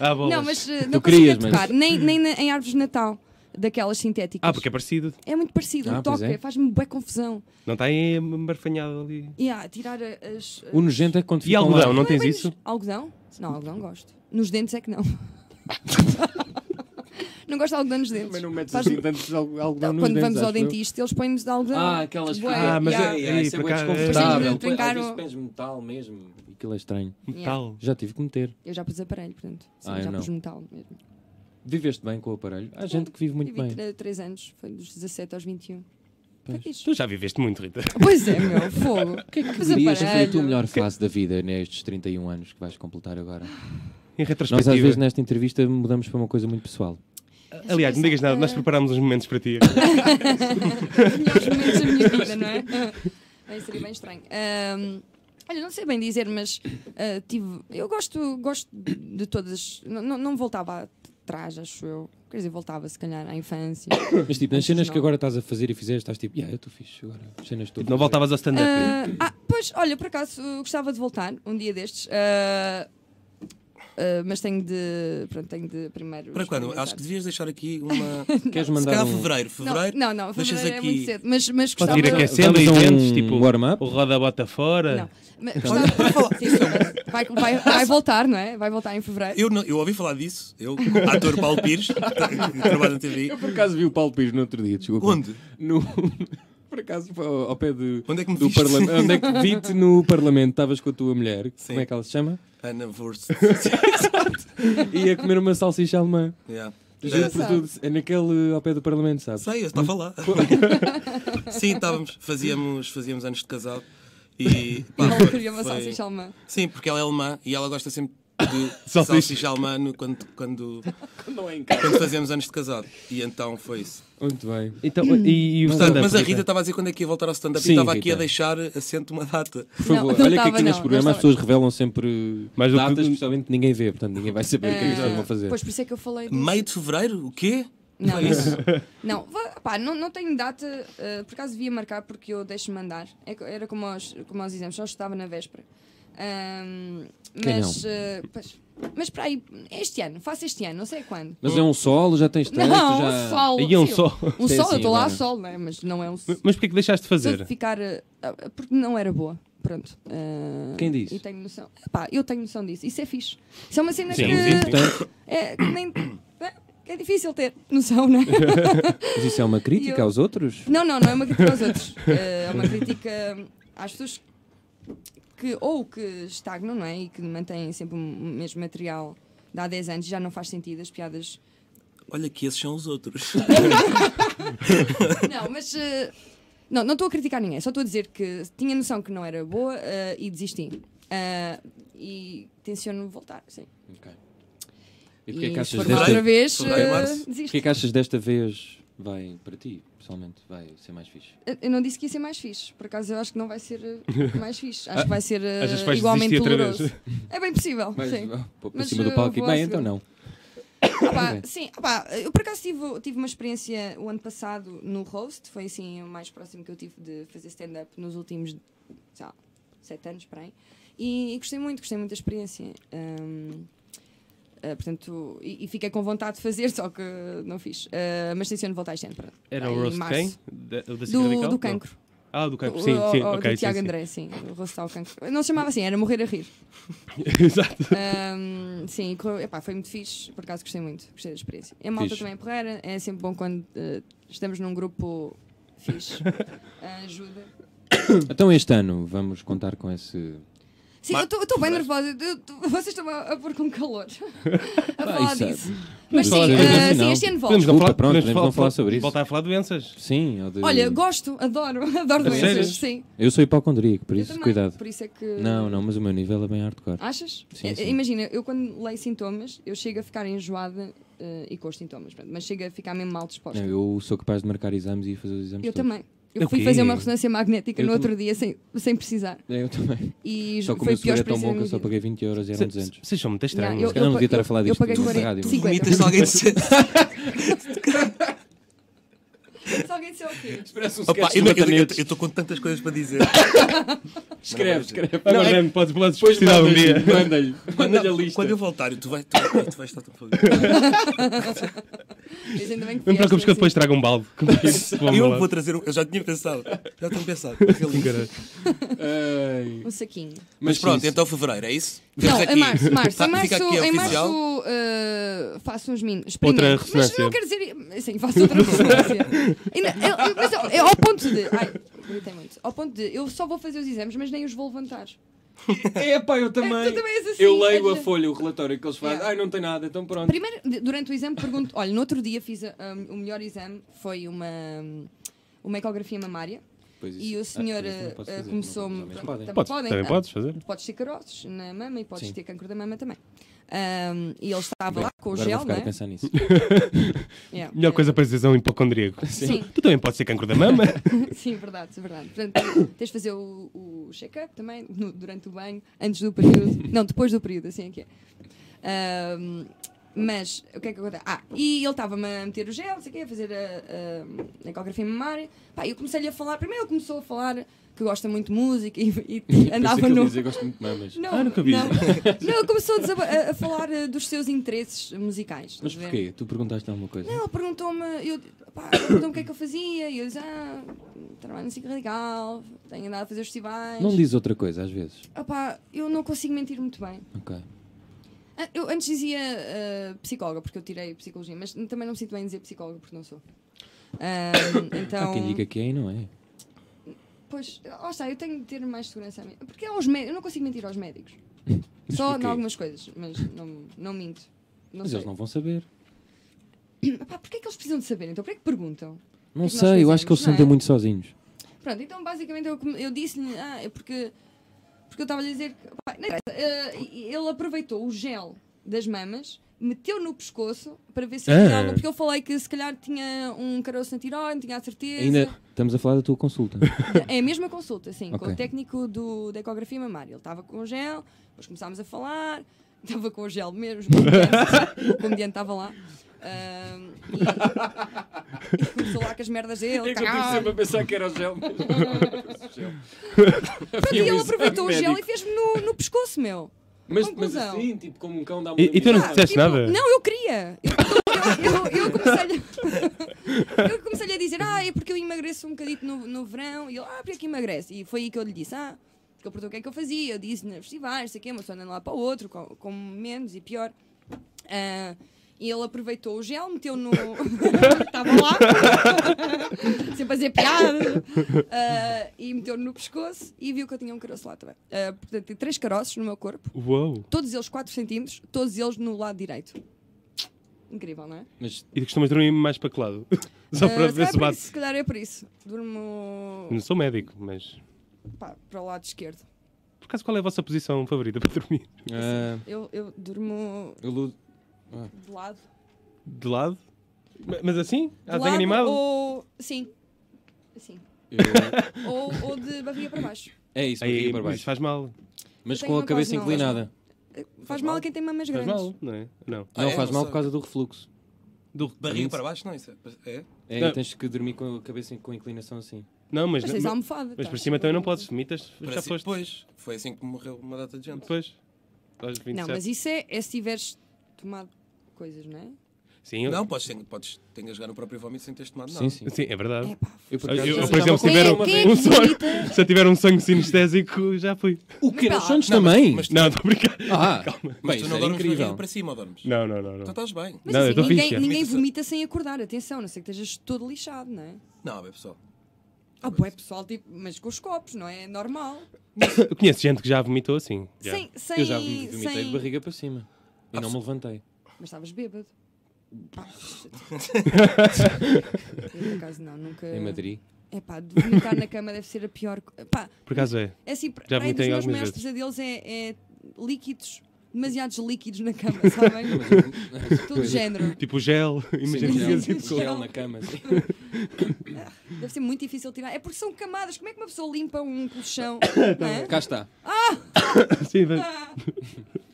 Ah, bolas.
não, mas eh, não
Tu querias,
consigo tocar. Nem, nem na- em árvores de Natal, daquelas sintéticas.
Ah, porque é parecido.
É muito parecido.
Ah, pois
toca,
é.
faz-me bem confusão.
Não está aí embarfanhado ali.
E ah, tirar a- as.
O nojento é quando
E
ficam
algodão,
lá.
não tens
é
isso?
Algodão? Não, algodão gosto. Nos dentes é
*laughs*
que não. não gosto de algodão nos dentes. Faz-
assim
algodão
Quando vamos ao dentista, eles põem-nos de algodão.
Ah, aquelas
Bué,
Ah, mas
yeah,
é-
isso é
por
bem
acaso-
desconfortável.
Sim,
Às
trincar
vezes
o-
pés metal mesmo. Aquilo é estranho.
Metal.
Já tive que meter.
Eu já pus aparelho, portanto. Sim,
Ah, eu
já
não.
pus metal mesmo.
Viveste bem com o aparelho. Há gente que vive muito
Tive
bem.
3 anos, foi dos 17 aos 21. Foi fixe.
Tu já viveste muito, *laughs* Rita.
Pois é, meu, fogo. O que é
Que dirias que foi a tua melhor fase da vida nestes 31 anos que vais completar agora?
Em
Nós,
retrospectiva.
às vezes, nesta entrevista, mudamos para uma coisa muito pessoal.
Aliás, não digas nada, nós preparámos uns momentos para ti.
melhores momentos da minha vida, não é? Bem, seria bem estranho. Ahm, olha, não sei bem dizer, mas ah, tive. Eu gosto, gosto de de todas. Não, não, não voltava atrás, acho eu. Quer dizer, voltava se calhar à infância.
Mas, tipo, nas cenas que agora estás a fazer e fizeste, estás tipo, yeah, eu estou fixe agora. As cenas estou.
Não voltavas ao stand-up.
Ah, ah, pois, olha, por acaso eu gostava de voltar um dia destes. ah, ah, mas tenho de. Pronto, tenho de primeiro.
Para quando?
experimentar.
Acho que devias deixar aqui uma.
Queres
Se
mandar
calhar
um...
fevereiro. Fevereiro?
Não, não, não
Deixas
fevereiro é
aqui-
muito cedo. Mas, mas
Pode
gostava.
ir aquecendo e
Vamos a um
dentes, tipo,
warm-up?
o roda-bota fora.
Não, mas gostava de falar. Sim, sim, vai, vai, vai voltar, não é? Vai voltar em fevereiro.
Eu, não- eu ouvi falar disso. Eu, como ator Paulo Pires, *laughs* que trabalha na TV.
Eu por acaso vi o Paulo Pires no outro dia, desculpa.
Onde?
No... *laughs* Por acaso foi ao ao pé de...
Onde é que me
do
viste?
parlamento. Onde é que
*laughs*
vi-te no Parlamento? Estavas com a tua mulher,
Sim.
como é que ela se chama?
*laughs* Ana Wurst.
E ia comer uma salsicha alemã.
Yeah.
Juro por
engraçado.
tudo, é naquele ao pé do Parlamento, sabes?
Sei, eu
*laughs*
estava lá. Sim, estávamos. Fazíamos, fazíamos anos de casado. E. pá,
Ela
foi-
queria uma
foi-
salsicha alemã.
Sim, porque ela é alemã e ela gosta sempre
*laughs*
de
Salsicha.
salsicha alemã no- quando, quando,
Não é em casa.
quando fazemos anos de casado. E então foi isso.
Muito bem.
Então, e, e o
Portanto,
stand-up?
mas a Rita estava a dizer quando é que ia voltar ao stand-up e
né? Sim,
estava aqui
Rita.
a deixar assente uma data.
Por
Não,
favor,
não
olha que
estava,
aqui neste
não,
programa
não
as pessoas revelam sempre
Mais do que
datas,
tudo-
especialmente ninguém vê, portanto ninguém vai saber o que é que as pessoas vão fazer.
Pois por isso é que eu falei disso.
Meio de fevereiro? O quê?
Não,
isso.
*laughs* não, vá- pá, não, não tenho data, eh, por acaso devia marcar porque eu deixo-me mandar. É co- era como aos, como aos exames, só estava na véspera. Ahm,
Quem
mas, eh, pois, mas para aí, este ano, faço este ano, não sei quando.
Mas é um solo, já tens texto,
não,
já...
um sol.
E é um
sim,
sol.
Um
Sim,
sol,
sim,
eu estou lá a
agora.
sol, né? mas não é um sol.
Mas porquê que deixaste de
Se
fazer?
ficar. eh, ah, porque não era boa. Pronto. Ah,
Quem disse?
E tenho noção. Pá, eu tenho noção disso. Isso é fixe. Isso é uma cena
Sim,
que.
sim,
Portanto,
É, que nem, é, que é difícil ter noção, não é?
mas isso é uma crítica
Eu-
aos outros?
Não, não, não é uma crítica aos outros. É uma crítica às pessoas que ou que estagnam, não é? E que mantêm sempre o mesmo material de há 10 anos e já não faz sentido as piadas.
Olha que esses são os outros.
Não, mas. eh, não, não estou a criticar ninguém, só estou a dizer que tinha noção que não era boa eh, e desisti. Ah, e tenciono voltar, sim.
Ok. E porquê é que
e se
achas
for mal outra
desta...
vez,
Fevereiro,
eh,
março.
desisto.
Porquê é que achas desta vez vai para ti, pessoalmente, vai ser mais fixe?
Eu- Eu não disse que ia ser mais fixe. Por acaso eu acho que não vai
*laughs*
ser eh, mais fixe. Acho que vai ser eh,
Achas que vais
igualmente
desistir outra
doloroso. É bem possível.
Mas,
sim.
ah, pô, para
Mas,
cima do
eh,
palco e
vou à
bem,
segunda.
então não.
Opá,
Ok.
sim, opá, eu por acaso tive, tive uma experiência o ano passado no Roast, foi assim o mais próximo que eu tive de fazer stand-up nos últimos, sei lá, sete anos, por aí. E, e gostei muito, gostei muito da experiência. Ahm, ah, portanto, e, e fiquei com vontade de fazer, *laughs* só que não fiz. Ah, mas tenciono voltar este ano, pronto.
Era
Em
o roast de
março.
quem? Da- o da Ciclo
Do,
Radical?
do
Não.
cancro.
Ah, do cancro, sim,
o,
sim,
o- o
ok.
do
sim,
Tiago
sim.
André, sim. O rosto ao cancro. Não se chamava assim, era morrer a rir.
Exato.
Ahm, sim, correu- epá, foi muito fixe, por acaso gostei muito, gostei da experiência. E a malta
Fixe.
também é porreira, é sempre bom quando eh, estamos num grupo fixe. Ah, ajuda.
Então este ano vamos contar com esse.
Sim,
Mas-
eu estou bem nervosa, eu tô- vocês estão a, a pôr com calor a
Pá,
falar
isso é-
disso. Mas sim,
falar
eh,
disso,
sim,
não.
este
Podemos
ano
não
volto.
Desculpa,
falar,
pronto,
podemos
podemos
falar-
não falar sobre isso.
Voltar a falar de doenças.
Sim, ou de-
Olha, gosto, adoro, *laughs* adoro
A sério?
doenças, sim.
eu sou hipocondríaco, por
Eu
isso
também,
cuidado.
Por isso é que.
Não, não, mas o meu nível é bem hardcore.
Achas?
Sim,
Eh,
sim.
Imagina, eu quando leio sintomas, eu chego a ficar enjoada eh, e com os sintomas, pronto, mas chego a ficar mesmo mal disposta.
Não, eu sou capaz de marcar exames e ir fazer os exames.
Eu
todos.
também. Eu
O
fui
quê?
fazer uma ressonância magnética
Eu
no
também.
outro dia sem, sem precisar.
É, Eu também.
E
Só que o
foi
meu
a pior
seguro é tão bom que
experiência da
eu
minha
só
vida.
paguei 20 euros e eram 200.
Vocês são muito
Yeah,
estranhos.
eu-
Se calhar não
pa-
devia estar a falar
eu-
disto
Eu paguei
na
40,
rádio.
50.
Vomitas se alguém
*laughs*
disser.
Se alguém disser o quê?
Opa, eu estou com tantas coisas para dizer.
*laughs* Escreve, escreve.
Agora, Guilherme, podes falar de especialidade um dia.
Manda-lhe. Manda-lhe a
Não,
lista.
Quando eu voltar, tu vais, tu, tu vais estar tão fogo.
Mas ainda bem que
Não me preocupes
vieste,
que eu depois
assim.
trago um balde. Vamos
Eu
lá.
vou trazer um. Eu já tinha pensado. Já tinha pensado.
Caralho.
Ai.
Um saquinho.
Mas pronto,
sim,
então fevereiro, é isso?
Não,
Temos
em
*laughs*
março, março.
Tá,
Em março,
fica aqui
em
oficial.
março eh, faço uns minos.
Outra
Mas
ressonância.
não quero dizer. Sim, faço outra ressonância. Ainda, eu- eu- mas eu- eu ao ponto de. Ai, gritei muito. Ao ponto de. Eu só vou fazer os exames, mas nem os vou levantar.
*laughs* É pá, eu
É,
também.
tu também és assim,
Eu leio a
és-
folha, o relatório que eles fazem.
Yeah.
Ai, não tem nada, então pronto.
Primeiro, de- durante o exame, pergunto: olha, no outro dia fiz ah, um, o melhor exame, foi uma, uma ecografia mamária.
Pois isso.
E o
Ah,
senhor
mas não posso
ah,
fazer,
começou-me-
não, mas
pronto,
podem.
também
Podes,
podem,
também
ah.
podes fazer.
Podes ter caroços na mama e podes
Sim.
ter cancro da mama também. Ahm, e ele estava lá com o
Agora vou
gel,
ficar
né?
a pensar
*laughs*
nisso.
Yeah.
Melhor coisa para dizer é um hipocondríaco.
Sim.
Tu também podes ser cancro da mama.
Sim, é verdade, verdade. Portanto, *coughs* tens de fazer o, o check-up também no- durante o banho, antes do
*laughs*
período. Não, depois do período, assim é que é. Ahm, mas o que é que acontece? Ah, e ele estava-me a meter o gel, não sei o quê, a fazer a, a, a ecografia mamária. Pá, eu comecei-lhe a falar. Primeiro ele começou a falar que gosta muito de música
*laughs*
e, e andava no.
Eu gosto muito de mamas.
Não,
Ah, nunca vi. *laughs*
Não, não ele começou a, desaba- a- a falar eh, dos seus interesses musicais.
Mas
estás a ver?
porquê? Tu perguntaste alguma coisa?
Não, ele perguntou-me, eu, pá, ele perguntou-me o que é que eu fazia, e eu disse, ah, trabalho no ciclo radical, tenho andado a fazer os festivais.
Não diz outra coisa, às vezes.
Ah pá, eu não consigo mentir muito bem.
Ok.
Ah, Eu antes dizia ah, psicóloga, porque eu tirei psicologia, mas também não me sinto bem em dizer psicóloga, porque não sou. Ah, então,
*coughs* Há quem diga que é e não é.
pois, lá está, eu tenho de ter mais segurança a mim. Porque é aos mé- eu não consigo mentir
*coughs*
aos médicos. Só em
porquê?
algumas coisas, mas não, não minto. Não
Mas
sei.
eles não vão saber.
*coughs* Ah pá, porquê é que eles precisam de saber? Então, porquê é que perguntam?
Não
nós
sei, eu acho que eles se
fazemos, não
sentem
é?
muito sozinhos.
Pronto, então basicamente eu, come- eu disse-lhe, ah, é porque, porque eu estava a dizer que pá, não interessa, eh, ele aproveitou o gel das mamas, meteu no pescoço para ver se
Ah.
havia algo, porque eu falei que se calhar tinha um caroço na tiroide, não tinha a certeza.
Ainda estamos a falar da tua
*laughs*
consulta.
É a mesma consulta, sim, com
Ok.
o técnico do, da ecografia mamária. Ele estava com o gel, depois começámos a falar, *laughs* estava com o gel mesmo, o comediante- *laughs* o comediante estava lá. ahm, e, e começou lá com as merdas dele. caralho.
a pensar que era o gel.
Pronto, e ele aproveitou o gel e fez-me no, no pescoço, meu. um
Mas, mas
Conclusão.
assim, tipo, como um cão dá uma
E- e tu não
lambida.
disseste nada?
tipo, Não, eu queria. Eu, eu, eu, eu comecei-lhe eu comecei-lhe a *laughs* dizer, ah, é porque eu emagreço um bocadito no, no verão. E ele, ah, porque é que emagrece? E foi aí que eu lhe disse, ah, porque ele perguntou o que é que eu fazia. Eu disse, nos festivais, sei o quê, uma pessoa anda lá para o outro, com, com menos e pior. Ah, e ele aproveitou o gel, meteu no. *laughs* Estava lá, *laughs* sempre a fazer piada, Ah, e meteu no pescoço e viu que eu tinha um caroço lá também. Ah, portanto, tem três caroços no meu corpo
Uou.
todos eles 4 centímetros, todos eles no lado direito. Incrível, não é?
Mas
E costumas dormir mais para que lado? Só
Ah,
para
se,
ver Hum. se
calhar é por
bate.
isso, se calhar é por isso. Durmo
Eu Não sou médico, mas.
pá, para o lado esquerdo.
Por acaso, qual é a vossa posição favorita para dormir?
ah,
Eu, eu durmo
eu ludo.
de lado.
De lado? Ma- Mas assim?
De
Ah, bem
lado
animado?
Ou. Sim. Assim. *laughs*
eu-
Ou, ou de barriga para baixo.
É isso,
Aí,
barriga para
mas isso
baixo.
faz mal.
Mas
Eu
com a
tenho
cabeça
uma quase
inclinada.
Faz, mal a quem tem mamas
*laughs* Faz
grandes.
mal, não é? Não.
Ah,
Não,
é?
faz
Não
mal
sei.
por causa do refluxo.
Do...
Barriga para baixo? Não, isso é. é?
É,
Não.
tens que dormir com a cabeça com inclinação assim.
Não, mas.
Mas tens a
Mas,
almofada.
mas
tá?
por cima também não podes. Vomitas, já
Parece-
foste.
Pois, foi assim que morreu uma data de gente.
Depois. Aos 27.
Não, mas isso é, é se tiveres tomado coisas, não é?
Sim, eu-
Não, podes, ter, podes te engasgar no próprio vómito sem teres tomado
Sim,
nada.
sim.
sim é verdade.
É pá,
Eu, por
Eu,
acaso,
eu,
já
por exemplo, se
me
tiver,
aconteceu
um,
uma
Quem é
vez.
um sonho, se eu tiver um sonho sinestésico, já fui.
O que?
Mas
Os
pá.
sonhos
Não, mas-
também?
mas-
Não, estou a brincar.
Ah,
Calma.
Mas
bem,
tu
isso
não
é
dormes de barriga
incrível.
para cima ou dormes?
Não, não, não. não.
Então estás bem.
Mas
Não, eu
assim,
tô
ninguém,
fixe, é.
Fixe,
ninguém
sim.
vomita sem acordar, atenção, a não ser que estejas todo lixado, não é?
Não, bem pessoal.
Ah, pô, é pessoal, tipo, mas com os copos, não é? É normal.
Eu conheço gente que já vomitou assim. Já.
Sem, sem,
Eu já vomitei
sem...
de barriga para cima. E não me levantei.
Mas estavas bêbado.
*laughs*
Pá, eu, por acaso, não, nunca.
Em Madrid.
É pá, de vomitar na cama deve ser a pior. co- Pá,
Por acaso é.
é assim, para
Já
aí dos
vomitei
meus
algumas
maiores
vezes.
pesadelos é, é líquidos, demasiados líquidos na cama, *laughs*
*laughs*
sabem? Todo género.
Tipo gel, imagina
Sim,
que é
gel,
assim,
sim.
com-
gel na cama. assim.
Deve ser muito difícil tirar. É porque são camadas. Como é que uma pessoa limpa
*coughs*
um colchão? não é?
Cá está.
Sim, vai-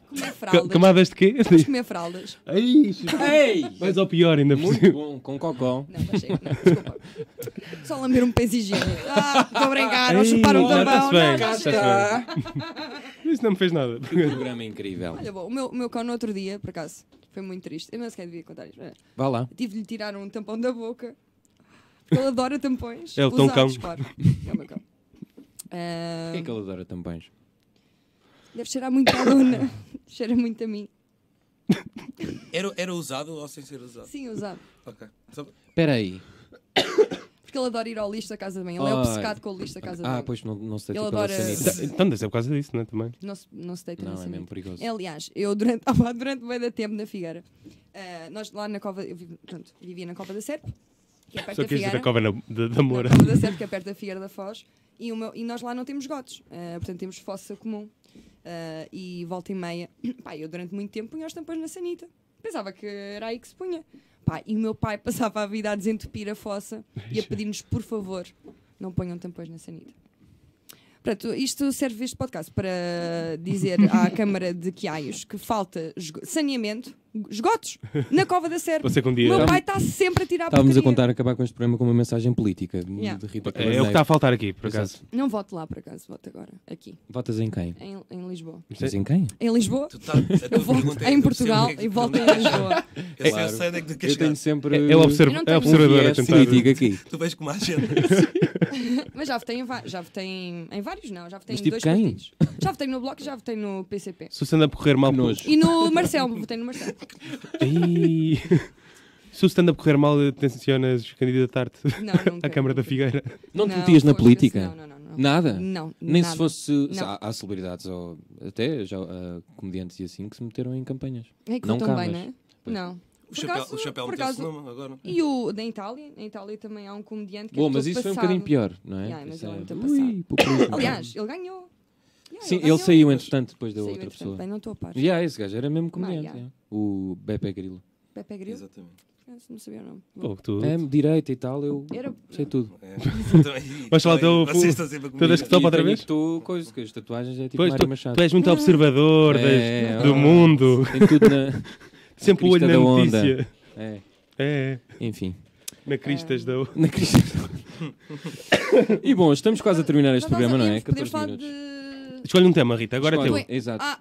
Comer
Ca-
fraldas.
Camadas de quê?
Vamos comer fraldas.
Ai,
Ei!
mas ao pior ainda por
Muito
cima.
bom, com cocó.
Não, mas chega, não, desculpa. Só lamber um pés higiênico. Ah, estou a brincar, ou
Ei,
chupar um
não,
tá
tampão.
está-se bem.
Não, não,
Está-se
chega.
Isso não me fez nada.
Programa incrível.
Olha, bom, o meu, o meu cão no outro dia, por acaso, foi muito triste. Eu não sequer devia contar isto. mas
Vá lá.
Tive de lhe tirar um tampão da boca. Porque ele adora tampões.
É o teu
usados,
cão.
Claro. É o meu cão. Ah,
Porquê é que ele adora tampões?
Deve cheirar muito à luna. *laughs* Cheira muito a mim.
Era, era usado ou sem ser usado?
Sim, é usado.
Ok. Só-
Espera aí.
Porque ele adora ir ao lixo da casa de banho. Ele é
Ai.
obcecado com o lixo da casa de banho.
Ah, pois não, não sei
Ele
pela
adora-
sanita.
Tá- Então deve ser por causa disso, não é? Também.
Não se, não se deita na
Não, é
sanita.
mesmo perigoso.
Aliás, eu durante, *laughs* ah, pá, durante bem da tempo na Figueira, ah, nós lá na cova, eu vivi, pronto, vivia na Cova da Serpe, que é perto
Só
da
queres dizer
Figueira.
a cova na- da, da Moura.
Na Cova da Serpe, que é perto da Figueira da Foz, e, o meu- e nós lá não temos gotos, ah, portanto temos fossa comum. ah, e volta e meia, *clears throat* pá, eu durante muito tempo punha os tampões na sanita. Pensava que era aí que se punha. Pá, e o meu pai *laughs* passava a vida a desentupir a fossa e a pedir-nos, por favor, não ponham tampões na sanita. Pronto, isto serve este podcast para dizer
*laughs*
à Câmara de Quiaios que falta esgo- saneamento, esgotos, na Cova da Serra.
Pode ser que um
O
dia.
meu pai está sempre a tirar
Estávamos a
porcaria.
contar acabar com este programa com uma mensagem política de-
Yeah.
de Rita
É, é o que está a faltar aqui, por acaso.
Não voto lá, por acaso, voto agora, aqui,
Votas em quem?
em, em Lisboa.
Votas em quem?
Em Lisboa,
Tu
*laughs*
tá, a
eu
tua
voto
pergunta é-
em
eu percebo
Portugal
o que é
e
que-
volto em
*laughs*
Lisboa.
Eu sei-
Claro.
eu sei onde é que tu queres
Eu
chegar.
tenho sempre
É, é
uh,
observ...
Eu não
é
tenho-
um
observador a
viés
tentar.
político aqui.
Tu vês como há gente.
Mas já votei em, va- já votei em, em vários, não, já votei
Mas
em
tipo
dois
quem?
partidos. Já votei no Bloco e já votei no PCP.
Se o stand-up correr mal.
Que nojo.
E no Marcel, votei no Marcel.
Ai. *laughs* Se o stand-up correr mal, tencionas candidatar-te
Não, nunca.
à Câmara da
nunca.
Figueira.
Não te metias na
foda-se,
política?
Não, não, não. não.
Nada?
Não,
Nem
nada.
se fosse. se
Não.
Há, há celebridades ou até já, ah, comediantes e assim que se meteram em campanhas.
É que
Não
não
cá,
bem,
mas-
não é?
Pois.
Não.
O
Por
chapéu,
acaso-
o chapéu
por
não tem
acaso-
nome agora.
E o da Itália? Na Itália também há um comediante que é
Bom, mas
todo
isso foi um
passado.
bocadinho pior, não é?
Yeah, mas
Isso
ele é
é-
muito
Ui,
passado.
populismo.
Aliás, ele ganhou. Yeah,
Sim, ele
ganhou.
saiu entretanto depois da
um Saiu,
outra
entretanto.
pessoa.
Bem, não estou a par.
Yeah, esse gajo era mesmo comediante.
yeah.
yeah. O Beppe Grillo.
Pepe Grilo?
Exatamente.
Não sabia o nome.
Pô, tu.
É, direita e tal, eu
Era-
sei tudo.
É. Então, aí-
Mas lá
então aí,
deu-
Vocês estão sempre a
Todas que
comer.
topa outra
tenho
vez?
que Tu, coisa, que as tatuagens é tipo
Pois, tu,
Mário Machado.
tu és muito observador
É,
das-
é,
do
ó.
mundo.
Tem tudo na.
*laughs* Sempre o olho
crista
na
da onda.
notícia.
É,
É, é.
enfim.
na
É.
cristas da.
Na crista.
*laughs*
e bom, estamos quase a terminar este
Já estás a
programa, não é?
tempo,
14
podemos falar
minutos.
de-
Escolhe um tema, Rita, agora é teu.
Escolhe, Exato.
Ah,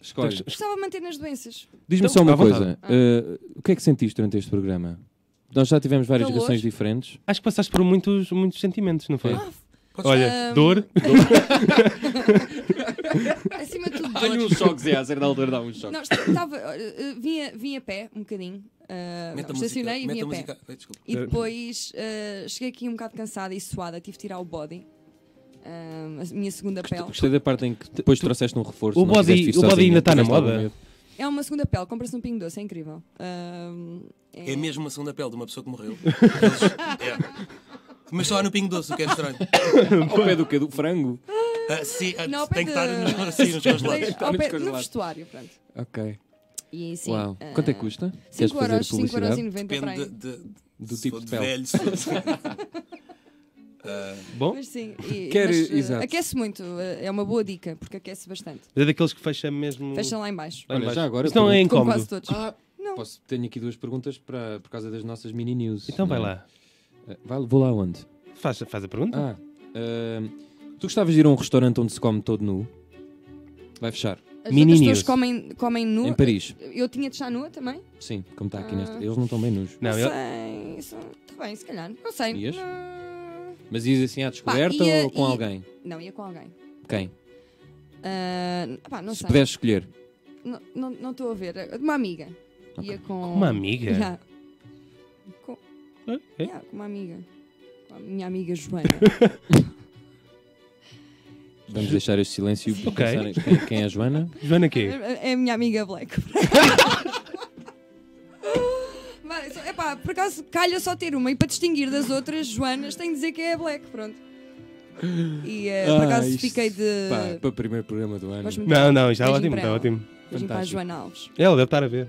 Escolhe.
gostava de manter nas doenças.
Diz-me
Então,
só
à
uma
vontade.
Ah.
coisa. uh, o que é que sentiste durante este programa? Nós já tivemos várias
Calor.
reações diferentes.
Acho que passaste por muitos, muitos sentimentos, não foi?
Ah,
Podes-
Olha,
Ahm,
dor.
Acima de tudo,
*laughs*
dores.
choques, é, a certa altura dá um choque.
Não, estava, eh, vim, a, vim a pé um bocadinho. eh,
Mete a
estacionei
música-
e vim a
mete
pé.
a música- Ai, desculpa.
E depois eh, cheguei aqui um bocado cansada e suada, tive de tirar o body, eh, a minha segunda pele.
Gostei da parte em que depois trouxeste um reforço.
O
não
body-
quiseste ir
o body
sozinha,
ainda está na
porque estava
moda?
medo.
É uma segunda pele, compra-se um pingo doce, é incrível. Eh, Ahm, *laughs*
É mesmo a segunda pele de uma pessoa que morreu. Eles- é. Mas só há no Pingo Doce, o que é estranho.
Ao pé do quê? Do frango?
Ah, sim, ah,
Não, ao pé
tem que
de-
estar nos, assim, nos dois lados.
ao pé-
Coisas
no
lá.
vestuário, pronto.
Ok.
E sim.
Uau.
eh,
Quanto é que custa? Queres
5
fazer
euros, 5 euros
publicidade?
e 90 para
Depende
aí.
de,
Do
se
tipo
for
de pele.
velho. se
*laughs*
for- se for- Ah,
Bom,
Mas sim, e-
Oh, Quer-
mas, eh,
exato.
aquece muito, eh, é uma boa dica, porque aquece bastante.
é daqueles que fecha mesmo.
Fecha um- lá em baixo.
lá
Olha,
em baixo.
já agora
Isso não é
Como
incómodo.
quase todos.
Hum. Ah,
Não.
posso, tenho aqui duas perguntas para, por causa das nossas mini news.
Então vai
Não é?
lá.
Eh, vai- vou lá onde? eh,
Faz, faz a pergunta.
Ah, ehm, tu gostavas de ir a um restaurante onde se come todo nu? Vai fechar.
As
Mini
outras pessoas
news.
comem, comem nu.
Em Paris.
Eu tinha de chá nua também?
Sim, como está aqui neste.
Ah.
Eles não estão bem nus.
Não,
Não,
eu-
sei. Isso... Tá bem, se calhar. Não sei.
Ias?
Não...
Mas dizem assim à descoberta
ia-
ou com
ia-
alguém?
não, ia com alguém.
Quem?
Ah, pá, não
Se
sei.
pudesse escolher.
Não- Não não estou a ver. Uma amiga. Ia com.
Uma amiga? Ah, é?
Yeah. Com,
É?
Ok.
yeah, com uma amiga. Com a minha amiga Joana.
Vamos deixar este silêncio e
Ok.
pensar em quem, quem é a
*laughs*
Joana.
Joana quê?
é a minha amiga Black. Mas, epá, por acaso calha só ter uma e para distinguir das outras Joanas tem de dizer que é a Black, pronto. E eh, por
Ah,
acaso
isto-
fiquei de.
Pá, para o primeiro programa do ano.
Eh, Mas muito
Não, não, está
Beijinho
ótimo,
para
está
ela.
ótimo.
beijinho para a
fantástico.
Joana Alves.
Ela deve estar a ver.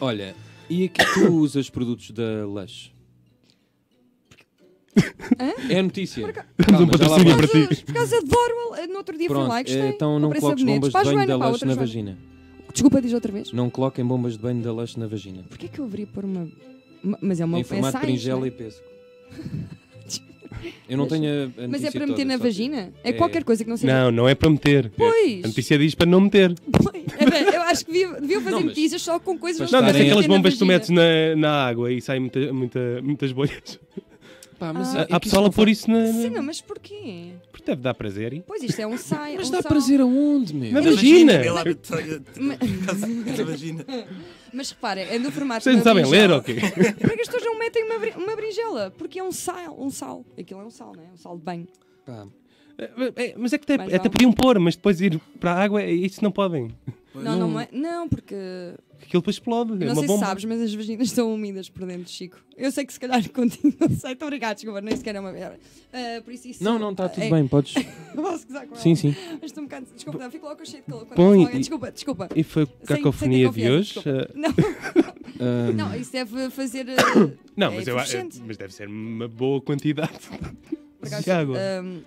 Olha, e aqui tu *coughs* usas produtos da Lush?
Hã?
É a notícia.
Temos um
Calma, já lá
patrocínio
vamos.
para ti.
Mas, por acaso adoro, eh, no outro dia fui lá e
Pronto,
gostei.
eh, então não
Comprei
coloques bombas
sabonetes.
de
Para a
banho da
Joana, para a
Lush
outra
na
Joana.
vagina.
Desculpa, diz outra vez.
Não coloquem bombas de banho da Lush na vagina.
Porquê que eu abri por uma. ma- Mas é uma
em formato
é
de
sais,
berinjela
né?
e pêssego.
*laughs*
Eu não tenho a- a
Mas é
notícia
para
toda,
meter na
só-
vagina? É,
É.
qualquer coisa que não seja.
Não, não é para meter.
Pois!
A notícia diz para não meter.
*laughs* Pois. É bem, eu acho que devia- deviam fazer
Não, mas-
notícias só com coisas
Mas
Não,
Estarem
mas
a
aquelas
meter na
bombas que tu
vagina.
metes na, na água e saem muita, muita- muitas bolhas.
Pá, mas é-
Ah.
é
Há
que
pessoal a
isto não
pôr isso na.
Sim, não, mas porquê?
Porque deve dar prazer. hein?
Pois isto é um
faz-
sai.
Mas
um
dá
sal.
prazer aonde, meu?
Não,
Na
Imagina!
vagina, pela- Na vagina.
Mas reparem, é do formato.
Vocês
de
não
uma
sabem ler
berinjela.
ou quê?
Por que as pessoas não metem uma, bri- uma berinjela? Porque é um sal, um sal. Aquilo é um sal, não é? Um sal de banho.
Pá,
É, é, Mas é que até,
Mais
até
vale.
podiam pôr, mas depois ir para a água, é- isso não podem.
Não, não, é? Não, porque.
Aquilo depois explode. é
não
uma
sei se
bomba.
sabes, mas as vaginas estão úmidas por dentro, Chico. Eu sei que se calhar *laughs* contigo não sei. Estou obrigado, desculpa, nem sequer é uma merda. Ah, por isso, isso.
Não, não, está tudo
é-
bem, podes.
*laughs* Posso gozar com ela?
Sim, sim.
Mas estou um bocado. Desculpa, não, fico logo cheio de calor. quando
Põe
falo alguém.
e-
Desculpa, desculpa.
E foi
Sem-
a
sem ter
cacofonia de
confiança,
hoje.
desculpa.
eh,
Não,
Ah,
não, isso deve fazer. eh,
Não,
É
mas, eu, acho-
efervescente.
mas deve ser uma boa quantidade
*laughs* por acaso, eh,
de água.
ahm,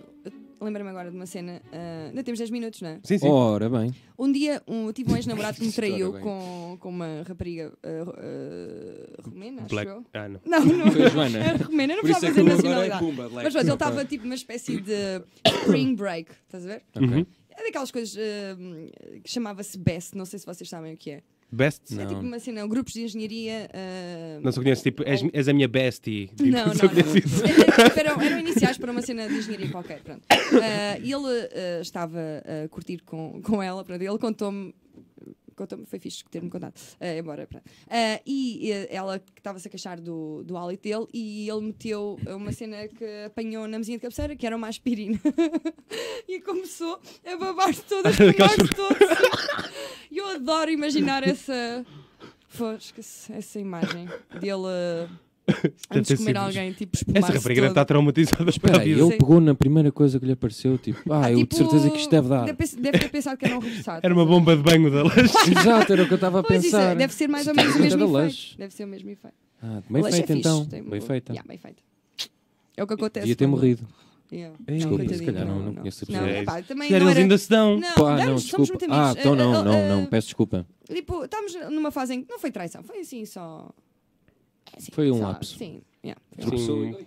Lembra-me agora de uma cena. ah, ainda temos 10 minutos, não é?
Sim, sim.
*laughs* Ora bem.
Um dia um, eu tive um ex-namorado
*laughs*
que me
História
traiu
bem.
com, com uma rapariga ah, ro- ah, romena, acho
Black.
eu.
Ah, não.
Não, não.
Foi a Joana.
*laughs* Era romena, eu não
Por isso
precisava
é que
dizer
o meu agora é
nacionalidade.
Pumba, Black.
Mas pronto, ele estava tipo uma espécie de spring break, estás a ver?
Ok.
Uhum.
É daquelas coisas ah, que chamava-se BEST, não sei se vocês sabem o que é.
Best?
É
Não,
tipo uma cena, grupos de engenharia. ah,
só conheço. Tipo, és, és a minha
*laughs*
bestie. Tipo,
Não, não,
só
não.
conheço isso.
Era- Eram, eram iniciais para uma cena de engenharia qualquer, pronto. Ah, E ele ah, estava a curtir com, com ela, pronto, ele contou-me. Contou-me, foi fixe ter-me contado, ah, embora. pronto. Ah, e eh, ela que estava-se a queixar do, do hálito dele e ele meteu uma cena que apanhou na mesinha de cabeceira, que era uma aspirina. *laughs* e começou a babar todas, a
Aquelas
espumar-se todos. E eu adoro imaginar essa. Fosca-se, essa imagem dele
*laughs*
eh,
Deve
antes
ter
de comer
sido-
alguém, tipo, espumar
Essa rapariga deve estar traumatizada para a
Espera aí,
vida.
ele
Sim.
pegou na primeira coisa que lhe apareceu, tipo, ah, eu de certeza que isto deve dar.
Deve, deve ter pensado que era um regressado.
Era uma bomba de banho da Lush.
Exato, era o que eu estava a
Pois isso, é,
pensar.
deve ser mais ou menos o mesmo
Certeza da Lush.
efeito. Deve ser o mesmo efeito.
Ah, bem
Lush é
feita
fixe,
então.
tem
Bem
um-
feita.
Yeah, bem feita. É o que acontece.
Devia ter
quando-
morrido.
Yeah.
Ei,
desculpa, se
coitadinho,
calhar não- não conheço a
Não,
pessoa.
epá, também
Se
não
eram os
era...
ainda se dão.
Não,
Pá,
não,
não,
somos
desculpa.
muito
Ah,
amigos.
então
Eh,
não,
eh,
não,
eh,
não, peço desculpa.
Tipo, estávamos numa fase em que não foi traição, foi assim só. assim,
Foi um
só-
lapso.
Sim, yeah, foi um-
Sim.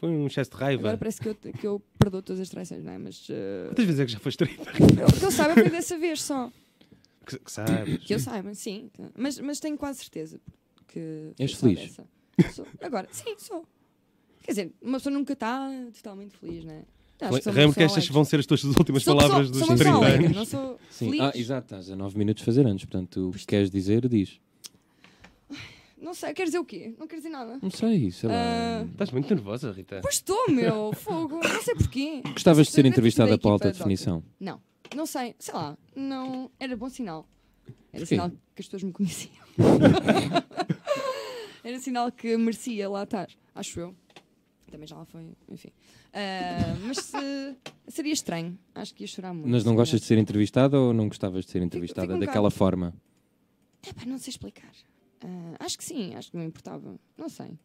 Foi um excesso de raiva.
Agora parece que eu, que eu perdoo todas as traições, não é? Mas eh,
Quantas vezes é que já foste traído?
o que eu saiba foi dessa vez só.
Que, que sabes?
Que eu saiba, sim. Mas, mas tenho quase certeza que.
És
foi só
feliz?
dessa. Sou. Agora, sim, sou. Quer dizer, uma pessoa nunca está totalmente feliz, não é? Não, acho sou uma
Lembro que
pessoa
estas
alegre.
vão ser as tuas últimas
Sou
palavras
pessoa-
dos
sou uma
30
pessoa alegre,
anos.
Não sou
Sim.
feliz.
Ah, exato, estás a 9 minutos de fazer anos, portanto, o que queres dizer, diz.
Não sei, quer dizer o quê? Não quer dizer nada.
Não sei, sei lá.
Ah,
Estás muito nervosa, Rita.
Pois estou, meu, fogo. Não sei porquê.
Gostavas de ser
Não sei,
entrevistada
daqui
para a alta
para a doc.
definição.
Não, não sei, sei lá, não era bom sinal. Era
Porquê?
sinal que as pessoas me conheciam.
*laughs*
era sinal que merecia lá estar, acho eu. Também já lá foi, enfim. Ah, mas se- seria estranho, acho que ia chorar muito.
Mas não gostas de ser entrevistada ou não gostavas de ser entrevistada
fico um
daquela forma?
É pá, não sei explicar. Ah, acho que sim, acho que não importava. Não sei.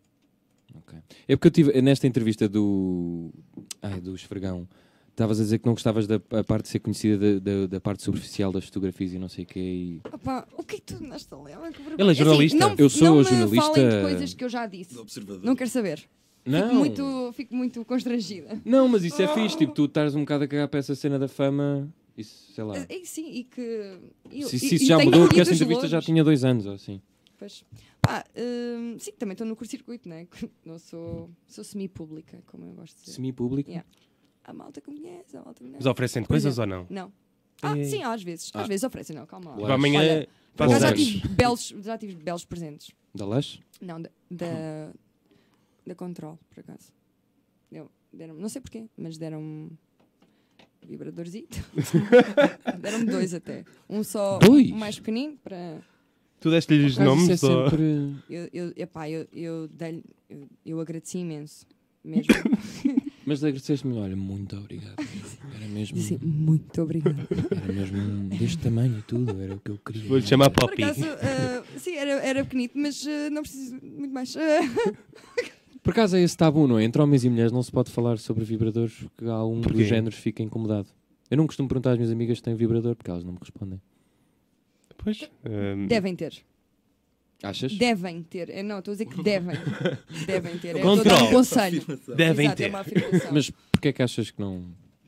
É porque eu tive, nesta entrevista do. Ai, do esfregão, estavas a dizer que não gostavas da a parte de ser conhecida da, da- da parte superficial das fotografias e não sei o quê. e-
Opá, o que é que tu andaste a ler?
Ele é jornalista.
não,
Eu sou
não me
jornalista-
falem de coisas que eu já disse.
Do observador.
Não quero saber.
Não!
Fico muito, fico muito constrangida.
Não, mas isso é fixe, tipo, tu estás um bocado a cagar para essa cena da fama Isso, sei lá.
Ah, e sim, e que. e eu-
Se,
e-
se isso
e
já
tenho
mudou, porque
colhido
essa
os
entrevista já
louros.
tinha dois anos ou assim.
Pois. Pá, hum, sim, também estou no curto-circuito, né? *laughs* Não sou, sou semi-pública, como eu gosto de dizer.
Semi-público.
Yeah. A malta que me conhece, a malta que me
Mas
conhece.
oferecem coisas ou não?
Não. Ah,
Ei.
sim, às vezes. Às
Ah.
vezes oferecem, não, calma
Uau.
lá.
Tipo, amanhã
Olha, Por
fazes
acaso
Olha.
já
anos.
tive belos, já tive belos presentes.
Da Lush?
Não, da,
*laughs*
da, da Control, por acaso. Eu, deram não sei porquê, mas deram-me vibradorzito. *laughs* deram-me dois até. Um só
Dois?
um mais pequenino para.
Tu deste-lhes
Por acaso
nomes?
isso é
ou-
sempre-
Eu, eu, epá, eu, eu, dei-lhe- eu, eu agradeci imenso. Mesmo.
Mas agradeceste-me, olha, muito
*laughs*
obrigado. Era mesmo,
Disse assim, muito obrigada.
era mesmo deste tamanho e tudo, era o que eu queria.
Vou-lhe chamar
Por
Poppy.
acaso, ah, sim, era, era pequenito, mas ah, não preciso muito mais. Ah,
Por acaso é esse tabu, não é? Entre homens e mulheres não se pode falar sobre vibradores porque há um
Porquê?
dos géneros que fica incomodado. Eu não costumo perguntar às minhas amigas se têm vibrador porque elas não me respondem.
Pois. hum,
devem ter.
Achas?
Devem ter. Eu não, estou a dizer que devem. Devem ter. Eu
Control.
estou a dar um conselho.
Afirmação.
devem
Exato, É
ter.
uma afirmação.
Mas porquê é que achas que não
O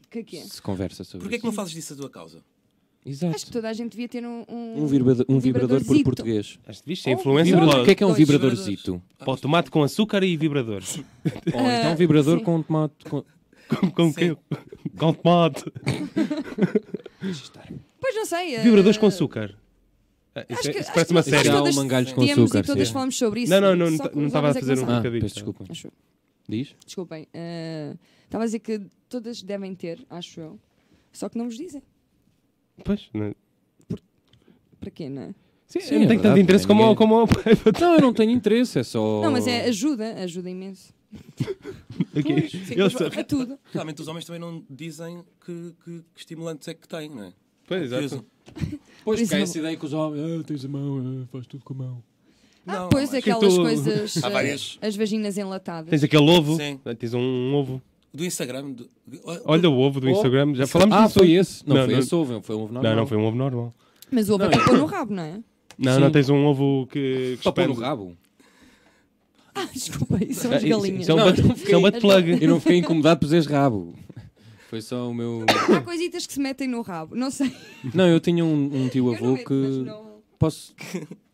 que é que é?
se conversa sobre
Porquê é
isso?
que não fazes disso a tua causa?
Acho que
Exato.
toda a gente devia ter um.
Um, vibrador, um vibrador por
vibradorzito.
português.
Acho que devias ser
Oh,
influencer
O
vibrador.
que é
logo.
que é um
Dois
vibradorzito?
Pó tomate com açúcar e vibradores.
Ou então
É,
um vibrador com tomate... Com...
Com, com,
Sim.
quê? com tomate.
Pois não sei. ah,
Vibradores com açúcar. Ah, isso
Acho
é-
que-
isso
acho
parece
que
uma
nós-
série.
Já
acho
há
que todas
um mangalhos com
Temos
açúcar.
e todas
sim.
falamos sobre isso.
Não, não, não,
só
não
que os
estava
homens
a
é que
fazer
não
um-
sabem.
Ah,
Bocadinho,
peço
tá.
desculpa.
Acho eu.
Diz?
Desculpem. ah, Estava a dizer que todas devem ter, acho eu. Só que não vos dizem.
Pois, não-
Para quê, não é?
Sim,
Sim,
eu não
é
tenho tanto
verdade,
interesse como,
ninguém-
ao- como ao pai.
*laughs* Não, eu não tenho interesse, é só...
Não, mas é ajuda, ajuda imenso.
*laughs*
Aqui.
Sim,
Ele
mas
sabe.
A tudo.
Realmente os homens também não dizem que, que, que estimulantes é que têm, não é?
Pois,
Que
exato.
usam.
Pois,
Por
porque há
exemplo-
essa ideia que os homens... Ah, tens a mão, ah, faz tudo com a mão.
Ah,
Não,
pois
mas-
aquelas
tu-
coisas.
Há
eh,
várias.
As vaginas enlatadas.
Tens aquele ovo.
Sim.
Tens um, ovo.
Do Instagram. do- olha,
Olha o ovo do
Oh.
Instagram. Já falámos
ah,
disso
foi
hoje.
esse? Não,
Não,
foi
não.
esse ovo, foi um ovo normal.
Não, não, foi um ovo normal.
Mas o ovo
Não,
até
eu-
um-
pôr no rabo,
*laughs*
não é?
Não,
Sim.
não, tens um ovo que, que
Só pôr no
expande.
rabo.
Ah, desculpa, isso são
Ah,
as
isso-
galinhas.
Isso é um
Não,
butt-
eu não
isso é um butt plug.
Eu não fiquei incomodado por dizeres rabo. Foi só o meu...
Há coisitas que se metem no rabo. Não sei.
Não, eu tinha um, um
Eu não
tio-avô
meto, mas
que...
não.
Posso...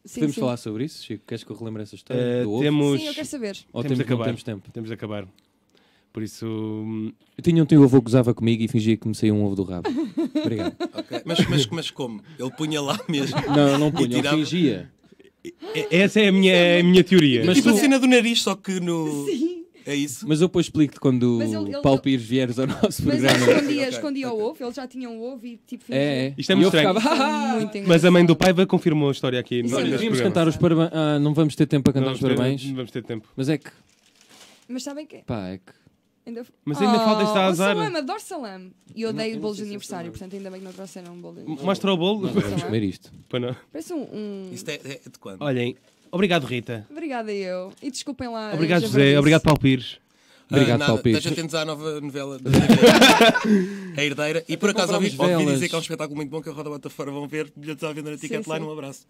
Sim,
Podemos
sim.
falar sobre isso, Chico? Queres que eu relembre essa história?
Eh,
do ovo?
temos,
Sim, eu quero
*laughs*
saber.
Ou
temos
temos,
de
não
acabar.
temos tempo?
temos de acabar. Por isso, hum,
Eu tinha um tio-avô que gozava comigo e fingia que me saía um ovo do rabo.
*laughs*
Obrigado.
ok. Mas, mas, mas como? Ele punha lá mesmo.
Não, não punha,
tirava-
ele fingia.
e- essa é a minha, é a minha teoria.
Mas
tipo
tu-
a cena do nariz, só que no.
Sim.
É isso?
Mas eu depois explico-te quando
Mas ele-
o
ele-
Paulo Pires vieres ao nosso
Mas ele
programa.
escondia,
Ok,
escondia
ok.
o ovo, ele já tinha um ovo e tipo.
É, é.
Isto é
E
muito
eu
estranho.
ficava, "Ah, ah, ah."
Mas a mãe do Paiva confirmou a história aqui.
Isso
no- neste
é
Olha, devíamos
programa.
cantar os parabéns. Ah, não vamos ter tempo para
Não
cantar os
vamos ter-
parabéns.
não Vamos ter tempo.
Mas é que,
Mas sabem que
pá, é que.
ainda...
Mas ainda
oh,
falta este
o
azar.
salame, adoro salame. E eu odeio
não
bolos de
sei se é
aniversário,
salame.
portanto ainda bem que não trouxeram um bolo de aniversário.
Mostra o bolo.
Nós
*laughs*
vamos comer isto.
Pois não.
Parece um. um-
Isto é, é de quando?
Olhem, obrigado Rita.
Obrigada eu. E desculpem lá.
Obrigado
já
José,
perdi
obrigado Paulo Pires.
Obrigado,
Ah, nada,
Paulo Pires.
Esteja atentos à nova novela
*laughs*
da A Herdeira. E por
Até
acaso ouvi,
comprámos
ouvi dizer
velas.
que é um espetáculo muito bom que a Roda Bota Fora vão ver. Bilhetes à venda na Ticketline.
sim.
Um abraço.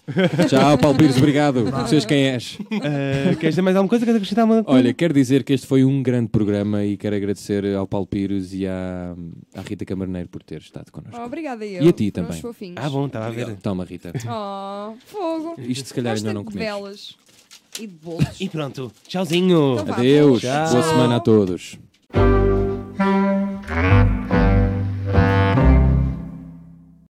Tchau, Paulo Pires, obrigado. Tu Sabes quem és.
Ah, queres dizer mais alguma coisa? Queres acrescentar uma coisa?
Olha, quero dizer que este foi um grande programa e quero agradecer ao Paulo Pires e à, à Rita Camarneiro por ter estado
Oh,
connosco.
obrigada eu.
E a ti
Foram
também.
os fofinhos.
Ah bom, estava a ver.
Toma, Rita.
Oh, fogo.
Isto se calhar
Gosto
ainda não
de
comemos.
velas e de bolos.
E pronto, tchauzinho.
Então vá,
Adeus.
Tchau.
Boa semana a todos.